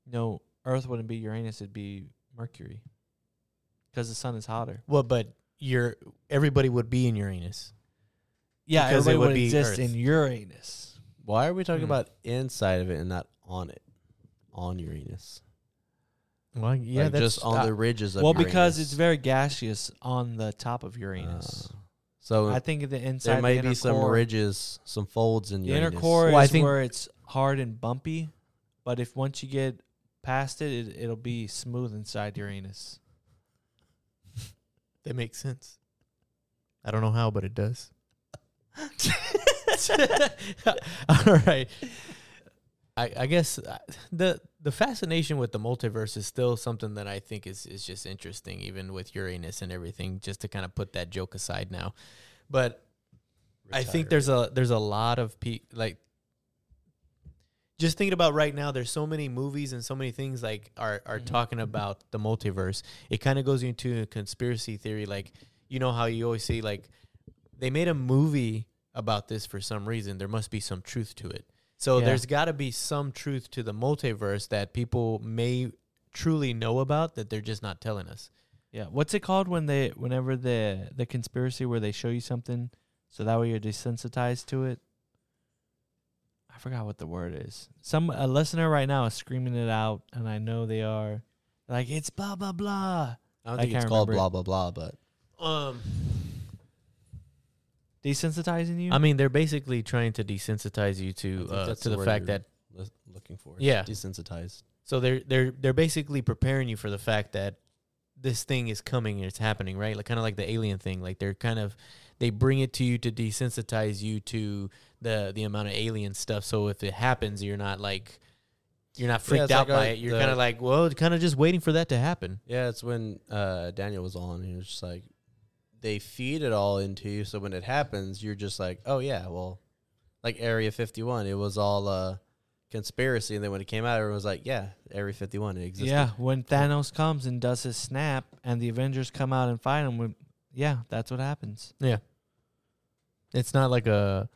S3: No, Earth wouldn't be Uranus. It'd be Mercury, because the sun is hotter.
S1: Well, but your everybody would be in Uranus.
S3: Yeah,
S1: Because it
S3: everybody
S1: would
S3: would
S1: be
S3: exist
S1: Earth.
S3: in Uranus.
S2: Why are we talking
S1: Hmm.
S2: about inside of it and not on it? On Uranus.
S1: Well, yeah,
S2: Like,
S1: that's
S2: just on
S1: uh,
S2: the ridges of
S3: Well,
S2: Uranus.
S3: because it's very gaseous on the top of Uranus.
S2: Uh, so
S3: I think the inside
S2: there may
S3: the
S2: be
S3: inner
S2: some
S3: core,
S2: ridges, some folds in
S3: The
S2: Uranus.
S3: inner core
S1: Well, I
S3: is
S1: think-
S3: where it's hard and bumpy, but if once you get past it, it it'll be smooth inside Uranus.
S1: that makes sense. I don't know how, but it does. All right. I, I guess uh, the the fascination with the multiverse is still something that I think is is just interesting, even with Uranus and everything. Just to kind of put that joke aside now, but I think there's a there's a lot of pe- like just thinking about right now. There's so many movies and so many things like are are
S2: Mm-hmm.
S3: Mhm.
S1: talking about the multiverse. It kind of goes into a conspiracy theory, like you know how you always see like they made a movie about this for some reason. There must be some truth to it. So
S3: Yeah.
S1: there's got to be some truth to the multiverse that people may truly know about that they're just not telling us.
S3: Yeah, what's it called when they whenever the the conspiracy where they show you something so that way you're desensitized to it? I forgot what the word is. Some a listener right now is screaming it out and I know they are like it's blah blah blah.
S2: I don't
S3: I
S2: think it's
S3: can't
S2: called blah
S3: remember
S2: blah blah, but
S1: Um,
S3: Desensitizing you?
S1: I mean, they're basically trying to desensitize you
S2: I
S1: to
S2: think
S1: uh,
S2: that's
S1: to
S2: the
S1: the
S2: word
S1: fact
S2: you're-
S1: that
S2: li- looking for is
S1: Yeah.
S2: desensitized.
S1: So they're they're they're basically preparing you for the fact that this thing is coming and it's happening, right? Like kind of like the alien thing. Like they're kind of they bring it to you to desensitize you to the the amount of alien stuff. So if it happens, you're not like you're not
S2: Yeah,
S1: freaked
S2: it's
S1: out
S2: like
S1: by
S2: a-
S1: it. You're
S2: the-
S1: kind of like, well, kind of just waiting for that to happen.
S2: Yeah, it's when uh, Daniel was on, and it was just like they feed it all into you. So when it happens, you're just like, oh yeah, well, like Area 51, it was all uh, conspiracy, and then when it came out, everyone was like, yeah, Area 51, it existed.
S3: yeah, when Thanos comes and does his snap and the Avengers come out and fight him, we, yeah, that's what happens.
S1: It's not like a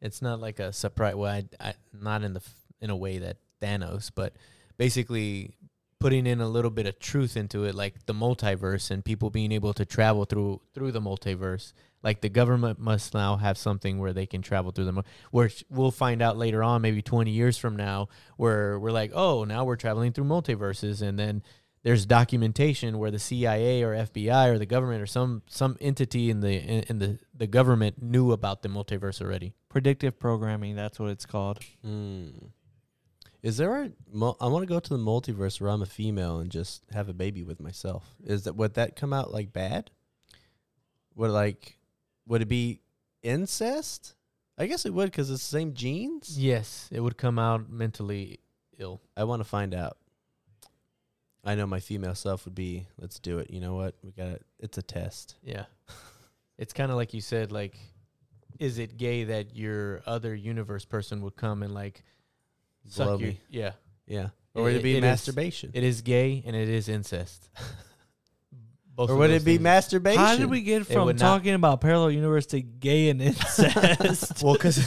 S1: it's not like a surprise. Well, I, I not in the f- in a way that Thanos, but basically putting in a little bit of truth into it, like the multiverse and people being able to travel through through the multiverse. Like the government must now have something where they can travel through the mul- which we'll find out later on, maybe twenty years from now, where we're like, oh, now we're traveling through multiverses, and then there's documentation where the CIA or FBI or the government or some some entity in the in, in the the government knew about the multiverse already.
S3: Predictive programming, that's what it's called.
S2: Hmm. Is there a? Mul- I want to go to the multiverse where I'm a female and just have a baby with myself. Is that would that come out like bad? Would like, would it be incest? I guess it would because it's the same genes.
S1: Yes, it would come out mentally ill.
S2: I want to find out. I know my female self would be, let's do it. You know what? We got it. It's a test.
S1: Yeah. <laughs> it's kind of like you said like is it gay that your other universe person would come and like suck
S2: Blow
S1: your
S2: me.
S1: yeah.
S2: Yeah. Or would
S1: It-
S2: it, be
S1: it is-
S2: masturbation?
S1: It is gay and it is incest. <laughs> Both
S2: or
S1: of
S2: would
S1: those
S2: it be
S1: things.
S2: masturbation?
S3: How did we get from
S1: would not-
S3: talking about parallel universe to gay and
S1: <laughs>
S3: incest?
S1: Well, cuz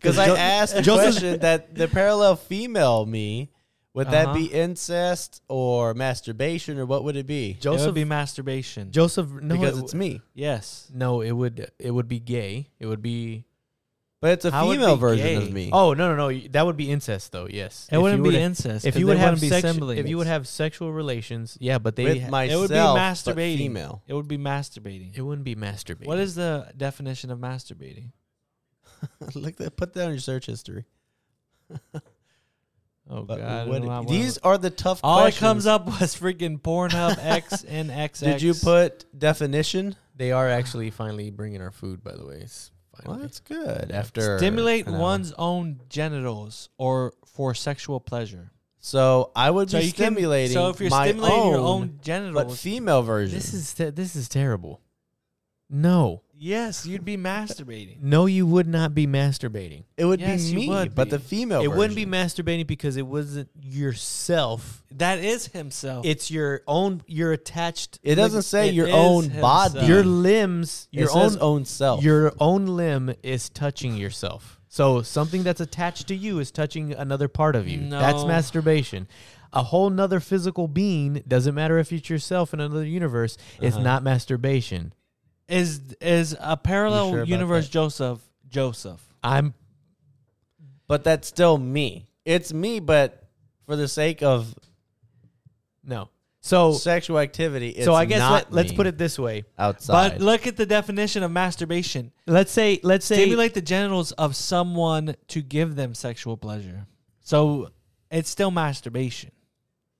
S2: Because I asked the
S1: Joseph-
S2: question that the parallel female me, would that
S3: Uh-huh.
S2: be incest or masturbation or what would it be?
S3: It
S1: Joseph
S3: would be masturbation.
S1: Joseph no
S2: because
S1: it-
S2: it's me.
S3: yes.
S1: No, it would it would be gay. It would be
S2: But it's a
S3: How would it
S2: female
S3: be
S2: version
S3: gay?
S2: of me.
S1: Oh no no no! y- That would be incest though. Yes, If
S3: It
S1: you
S3: wouldn't be
S1: would've-
S3: incest.
S1: If
S3: 'cause
S1: you would
S3: they
S1: have
S3: wouldn't be
S1: sexu-
S3: siblings.
S1: if you would have sexual relations, yeah, but they
S2: with
S1: ha-
S2: myself,
S3: it would be
S2: but
S3: masturbating.
S2: female. <laughs>
S3: It would be masturbating.
S1: it wouldn't be masturbating.
S3: What is the definition of masturbating?
S2: Look that. Put that on your search history.
S3: Oh
S2: But
S3: god. I
S2: what-
S3: don't know why-
S2: these are the tough
S3: all that
S2: questions.
S3: comes up was freaking Pornhub X and XX.
S2: Did you put definition?
S1: They are actually finally bringing our food, by the way. It's
S2: Well,
S1: finally.
S2: that's good. After
S3: stimulate
S2: an hour.
S3: one's own genitals or for sexual pleasure?
S2: so I would
S3: So
S2: be
S3: you can-
S2: stimulating.
S3: so if you're
S2: my
S3: stimulating
S2: own,
S3: your own
S2: but
S3: genitals,
S2: female version.
S1: This is te- this is terrible. No,
S3: yes, you'd
S2: <laughs>
S3: be masturbating.
S1: no, you would not be masturbating.
S2: it would
S3: Yes,
S2: be
S3: you
S2: me,
S3: would
S2: but
S3: be.
S2: the female.
S1: it wouldn't be
S2: version.
S1: masturbating because it wasn't yourself.
S3: That is himself.
S1: It's your own. You're attached.
S2: It doesn't say
S3: it
S2: your
S3: is
S2: own
S3: himself.
S2: body.
S1: your limbs.
S2: your
S1: Your
S2: own
S1: own
S2: own self.
S1: Your own limb is touching yourself. So something that's attached to you is touching another part of you. That's
S3: No.
S1: masturbation. A whole nother physical being doesn't matter if it's yourself in another universe. It's
S2: Uh-huh.
S1: not masturbation.
S3: is is a
S2: You
S3: parallel
S2: sure about
S3: universe
S2: that?
S3: Joseph Joseph.
S1: I'm
S2: but that's still me. It's me, but for the sake of
S1: no. So
S2: sexual activity, it's
S1: so I guess
S2: not
S1: let, let's
S2: me
S1: put it this way.
S2: outside. <laughs>
S3: But look at the definition of masturbation.
S1: Let's say let's say
S3: Stimulate the genitals of someone to give them sexual pleasure. So it's still masturbation.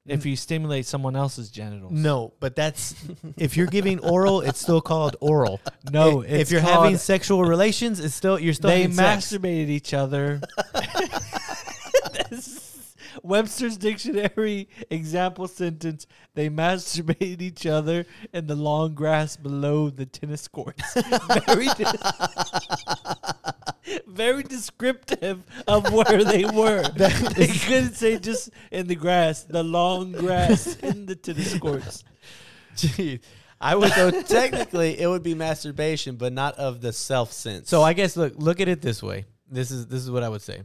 S2: Mm.
S3: If you stimulate someone else's genitals.
S1: no, but that's if you're giving oral, it's still called oral.
S3: <laughs> No,
S1: I-
S3: it's
S1: if you're
S3: called-
S1: having sexual relations, it's still you're still
S3: they
S1: having sex.
S3: masturbated each other. This- Webster's dictionary example sentence: They masturbated each other in the long grass below the tennis courts. Very, de- very descriptive of where they were. they couldn't say just in the grass, the long grass in the tennis courts.
S1: Jeez. I was
S2: so <laughs> technically, it would be masturbation, but not of the self sense.
S1: So I guess look look at it this way. This is this is what I would say.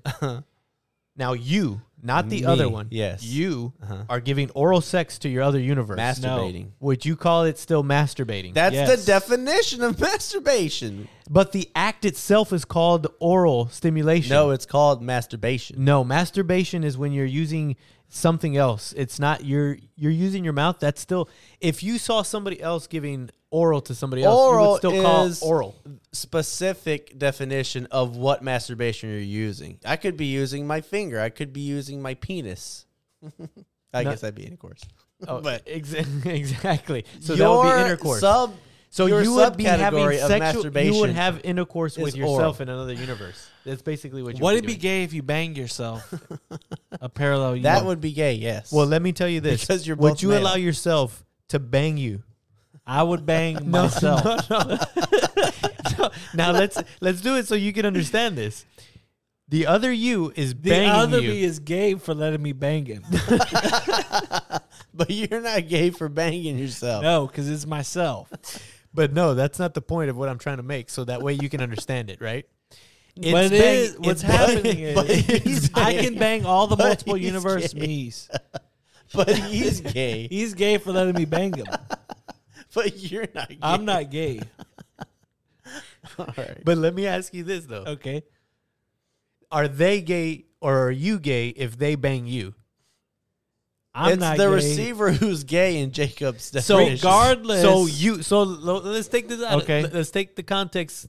S1: now you, not the
S2: Uh-huh. Me,
S1: other one.
S2: yes.
S1: You
S2: Uh-huh.
S1: are giving oral sex to your other universe.
S2: masturbating.
S1: would you call it still masturbating?
S2: That's
S3: Yes.
S2: the definition of <laughs> masturbation.
S1: but the act itself is called oral stimulation.
S2: No, it's called masturbation.
S1: no, masturbation is when you're using something else. It's not you're you're using your mouth. That's still if you saw somebody else giving oral to somebody else, you
S2: Oral
S1: would still call it
S2: is- <laughs>
S1: oral.
S2: Specific definition of what masturbation you're using. I could be using my finger. I could be using my penis. <laughs> I
S1: No.
S2: guess that'd be intercourse.
S1: Oh,
S2: but-
S1: exa- <laughs> exactly. So that would be
S2: Your
S1: intercourse.
S2: Sub,
S1: So
S2: your
S1: you would be having
S2: subcategory of
S1: sexual. You would
S2: masturbation
S1: have intercourse with
S2: is
S1: yourself
S2: oral.
S1: in another universe. That's basically what you.
S3: What
S1: would
S3: would
S1: be
S3: be
S1: doing.
S3: gay if you bang yourself? A parallel.
S2: that
S3: universe.
S2: would be gay. Yes.
S1: Well, let me tell
S3: <laughs>
S1: you this.
S2: Because you're
S1: would
S2: both
S1: you
S2: male.
S1: allow yourself to bang you?
S3: I would
S1: <laughs>
S3: bang myself.
S1: Now let's let's do it so you can understand this. The other you is
S3: The
S1: banging
S3: other
S1: you.
S3: me is gay for letting me bang him.
S2: <laughs> but you're not gay for banging
S3: <laughs>
S2: yourself.
S3: no, because it's <laughs> myself.
S1: but no, that's not the point of what I'm trying to make. So that way you can understand it,
S3: <laughs>
S1: right? It's
S3: but it
S1: bang-
S3: is-
S1: it's
S3: what's
S1: bang-
S3: happening <laughs>
S2: but
S3: is
S2: he's
S3: I can bang all the
S2: But
S3: multiple
S2: he's
S3: universe
S2: gay.
S3: me's.
S2: But he's
S1: <laughs>
S2: gay.
S3: He's gay for letting me bang him.
S2: but you're not gay.
S3: I'm not gay.
S2: All right.
S1: But let me ask you this though:
S3: Okay.
S1: Are they gay or are you gay if they bang you?
S3: I'm
S2: it's
S3: not
S2: the
S3: gay.
S2: receiver who's gay in Jacob's
S1: So
S2: definition.
S3: Regardless-
S1: So you so lo- let's take this out. Okay.
S3: Okay.
S1: Uh-huh. Let's take the context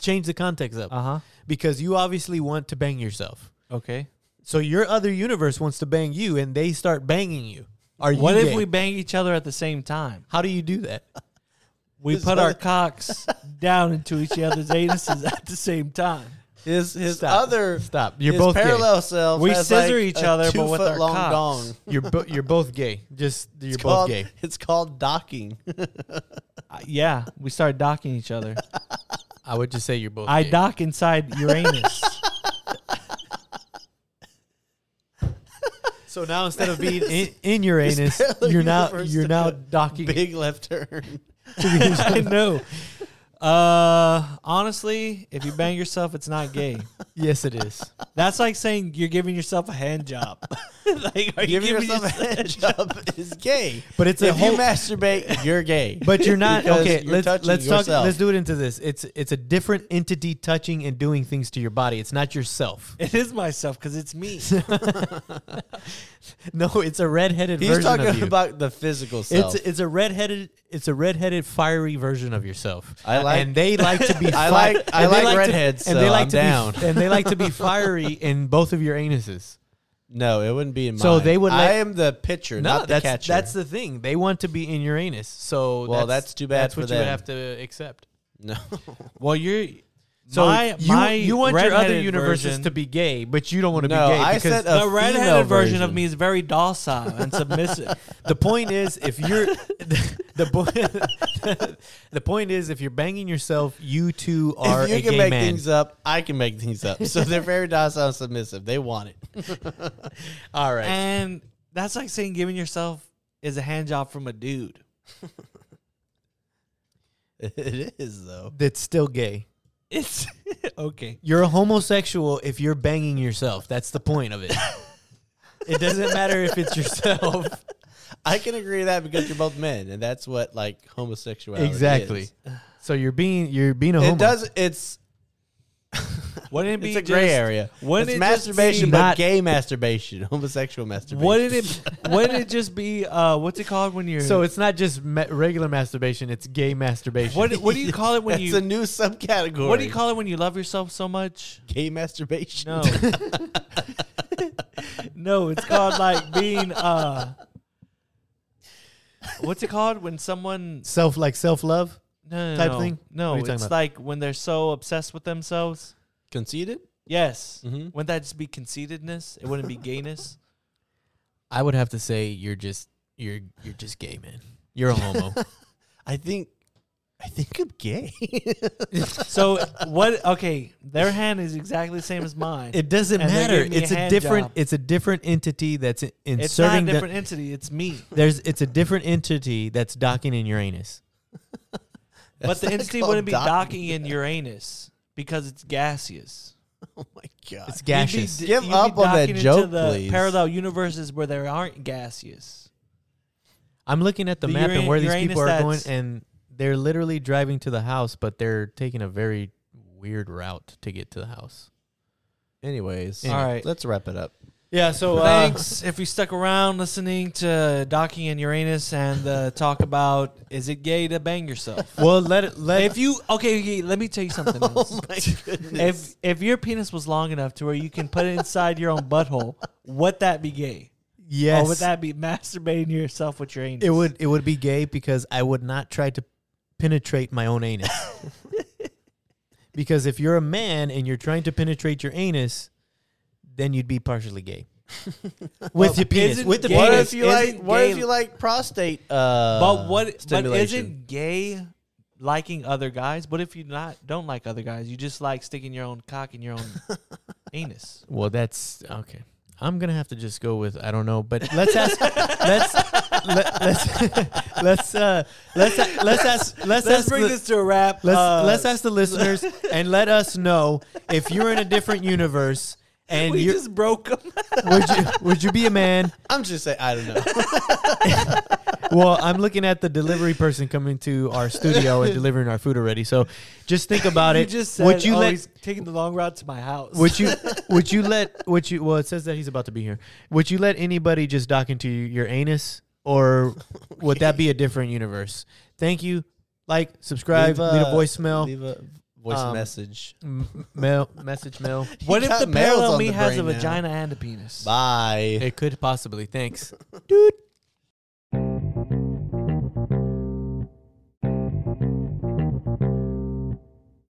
S1: change the context up.
S3: Uh huh.
S1: Because you obviously want to bang yourself.
S3: Okay.
S1: So your other universe wants to bang you and they start banging you. Are you
S3: What if
S1: gay?
S3: we bang each other at the same time?
S1: How do you do that?
S3: We
S2: Is
S3: put <laughs>
S2: that-
S3: our cocks down into each other's anuses at the same time.
S2: his his
S1: Stop.
S2: other
S1: Stop. You're
S2: his
S1: both gay.
S2: parallel self.
S3: We
S2: has
S3: scissor
S2: like
S3: each
S2: a
S3: other,
S2: two
S3: but with
S2: foot
S3: our
S2: long
S3: cocks.
S2: dong.
S1: <laughs> You're bo- you're both gay. Just you're
S2: It's
S1: both
S2: called,
S1: gay.
S2: <laughs> It's called docking.
S3: <laughs> Uh, yeah, we start docking each other.
S1: I would just say you're both
S3: I
S1: gay.
S3: dock inside Uranus.
S1: so now instead of
S2: <laughs>
S1: being in, in your anus,
S2: parallel
S1: you're now
S2: universe
S1: you're
S2: took
S1: now
S2: a
S1: docking. it.
S2: Big left turn.
S3: <laughs> I know. Uh, honestly, if you bang yourself, it's not gay.
S1: Yes it <laughs> is.
S3: That's like saying you're giving yourself a hand job. <laughs> like, are you
S2: Giving
S3: giving
S2: yourself a
S3: yourself?
S2: hand job is gay.
S1: But it's a
S2: if
S1: whole
S2: you masturbate, you're gay.
S1: <laughs> But you're not
S2: Because
S1: okay.
S2: you're
S1: let's
S2: touching
S1: let's talk.
S2: yourself.
S1: Let's do it into this. It's it's a different entity touching and doing things to your body. It's not
S2: <laughs>
S1: yourself.
S3: <laughs> It is myself because it's me.
S1: No, it's a redheaded
S2: He's
S1: version of
S2: talking
S1: you.
S2: about the physical self.
S1: it's it's a redheaded it's a redheaded fiery version of yourself.
S2: I like-
S1: and they like to be.
S2: <laughs> I
S1: fi-
S2: like-
S1: and
S2: I
S1: they
S2: like
S1: to- <laughs>
S2: redheads,
S1: and they
S2: so
S1: like
S2: I'm
S1: to
S2: <laughs> down.
S1: Be, and they like to be fiery in both of your anuses.
S2: No, it wouldn't be in
S1: So
S2: mine.
S1: they would let-
S2: I am the pitcher,
S1: No,
S2: not the
S1: that's
S2: catcher.
S1: that's the thing. They want to be in Uranus, so
S2: Well, that's too bad
S1: That's
S2: for
S1: what you would
S2: them.
S1: have to accept.
S2: no. <laughs>
S3: Well, you're
S1: So
S3: my,
S1: you,
S3: my
S1: you want your other
S3: redheaded
S1: universes
S3: version-
S1: to be gay, but you don't want to
S2: No,
S1: be gay.
S2: I
S1: because
S2: said <laughs> a
S3: the
S2: female
S3: redheaded version of
S2: version.
S3: me is very docile and
S2: <laughs>
S3: submissive.
S1: the point is if you're the, the, po- <laughs> the point is if you're banging yourself, you too are
S2: if you
S1: a
S2: can
S1: gay
S2: make
S1: man.
S2: things up, I can make things up. So they're very docile and submissive. They want it. <laughs>
S1: All right.
S3: and that's like saying giving yourself is a hand job from a dude.
S2: <laughs> It is though.
S1: that's still gay.
S3: It's <laughs> okay.
S1: You're a homosexual if you're banging yourself. That's the point of it. it doesn't matter if it's <laughs> yourself.
S2: I can agree to that because you're both men, and that's what like homosexuality.
S1: exactly.
S2: is.
S1: So you're being you're being a homo.
S2: It does. It's
S3: Wouldn't it be
S2: it's a gray
S3: just-
S2: area.
S3: wouldn't it
S2: it's
S3: just
S2: masturbation,
S3: be
S2: but
S3: not-
S2: gay masturbation, <laughs> homosexual masturbation.
S3: Wouldn't it? Wouldn't it just be uh, what's it called when you're?
S1: So it's not just ma- regular masturbation; it's gay masturbation.
S3: what? What do you call it when
S2: <laughs> That's
S3: you?
S2: a new subcategory.
S3: What do you call it when you love yourself so much?
S2: gay masturbation? <laughs>
S3: No. no, it's called like being uh What's it called when someone
S1: self like self love?
S3: no, no,
S1: Type
S3: no.
S1: thing?
S3: No,
S1: What are you
S3: it's
S1: talking about?
S3: like when they're so obsessed with themselves.
S2: conceited.
S3: Yes.
S2: Mhm.
S3: Wouldn't that just be conceitedness? It wouldn't be gayness.
S1: I would have to say you're just you're you're just gay, man. You're a homo.
S2: I think, I think I'm gay. <laughs>
S3: so what okay, their hand is exactly the same as mine.
S1: <laughs> it doesn't
S3: And they
S1: matter.
S3: gave me a
S1: It's a
S3: hand
S1: different
S3: job.
S1: it's a different entity that's i-
S3: it's not a
S1: inserting the-
S3: different entity, it's me.
S1: there's it's a different entity that's docking in Uranus.
S3: <laughs> But
S2: That's
S3: the
S2: not
S3: entity
S2: called
S3: wouldn't be
S2: docking.
S3: docking in Uranus because it's gaseous.
S2: <laughs> oh my god!
S1: It's
S3: You'd be
S1: gaseous.
S3: d-
S2: Give
S3: you'd be
S2: up on that
S3: docking into
S2: joke,
S3: the
S2: please.
S3: Parallel universes where there aren't gaseous.
S1: I'm looking at the,
S3: The
S1: map and
S3: Uran-
S1: where these
S3: Uranus
S1: people are going,
S3: that's-
S1: and they're literally driving to the house, but they're taking a very weird route to get to the house.
S2: Anyways,
S1: Anyway.
S3: All right.
S2: let's wrap <laughs> it up.
S1: Yeah. So uh,
S3: Thanks if you stuck around listening to Docking and Uranus and the talk about is it gay to bang yourself?
S1: <laughs> well, let it, let Oh
S3: if you okay, okay, let me tell
S1: <laughs>
S3: you something. Else. if if your penis was long enough to where you can put it inside your own butthole, would that be gay?
S1: yes,
S3: Or would Oh, that be <laughs> masturbating yourself with your anus?
S1: It would it would be gay because I would not try to penetrate my own
S3: <laughs>
S1: anus. because if you're a man and you're trying to penetrate your anus, then you'd be partially
S3: <laughs>
S1: gay. with your penis,
S3: isn't
S1: with the
S3: gay-
S2: <laughs> What
S1: penis.
S2: if you like?
S3: isn't
S2: What
S3: gay-
S2: if you like prostate? Uh,
S3: But what? But
S2: stimulation?
S3: isn't gay liking other guys? What if you not don't like other guys? You just like sticking your own cock in your <laughs> own anus.
S1: Well, that's okay. I'm gonna have to just go with I don't know,
S3: <laughs>
S1: but let's ask. let's let, let's <laughs> let's uh, let's let's ask. Let's, ask the-
S3: to a wrap. Uh,
S1: Let's let's ask the
S3: <laughs>
S1: listeners and let us know if you're in a different universe and
S3: we
S1: you
S3: just broke them.
S1: would you would you be a man?
S2: I'm just saying. I don't know. <laughs>
S1: Well, I'm looking at the delivery person coming to our studio and delivering our food already. So just think about it. would you let
S3: "Oh, taking the long route to my house? <laughs>
S1: would you would you let would you well it says that he's about to be here. Would you let anybody just dock into your anus or would that be a different universe? Thank you. Like, subscribe, leave a, voicemail,
S2: Leave a voice
S1: Um,
S2: message.
S1: m- mail, message mail.
S3: what
S2: You
S3: if
S2: got
S3: the
S2: males
S3: parallel
S2: on
S3: me
S2: the
S3: has a
S2: brain now.
S3: vagina and a penis?
S2: Bye.
S1: It could possibly. Thanks.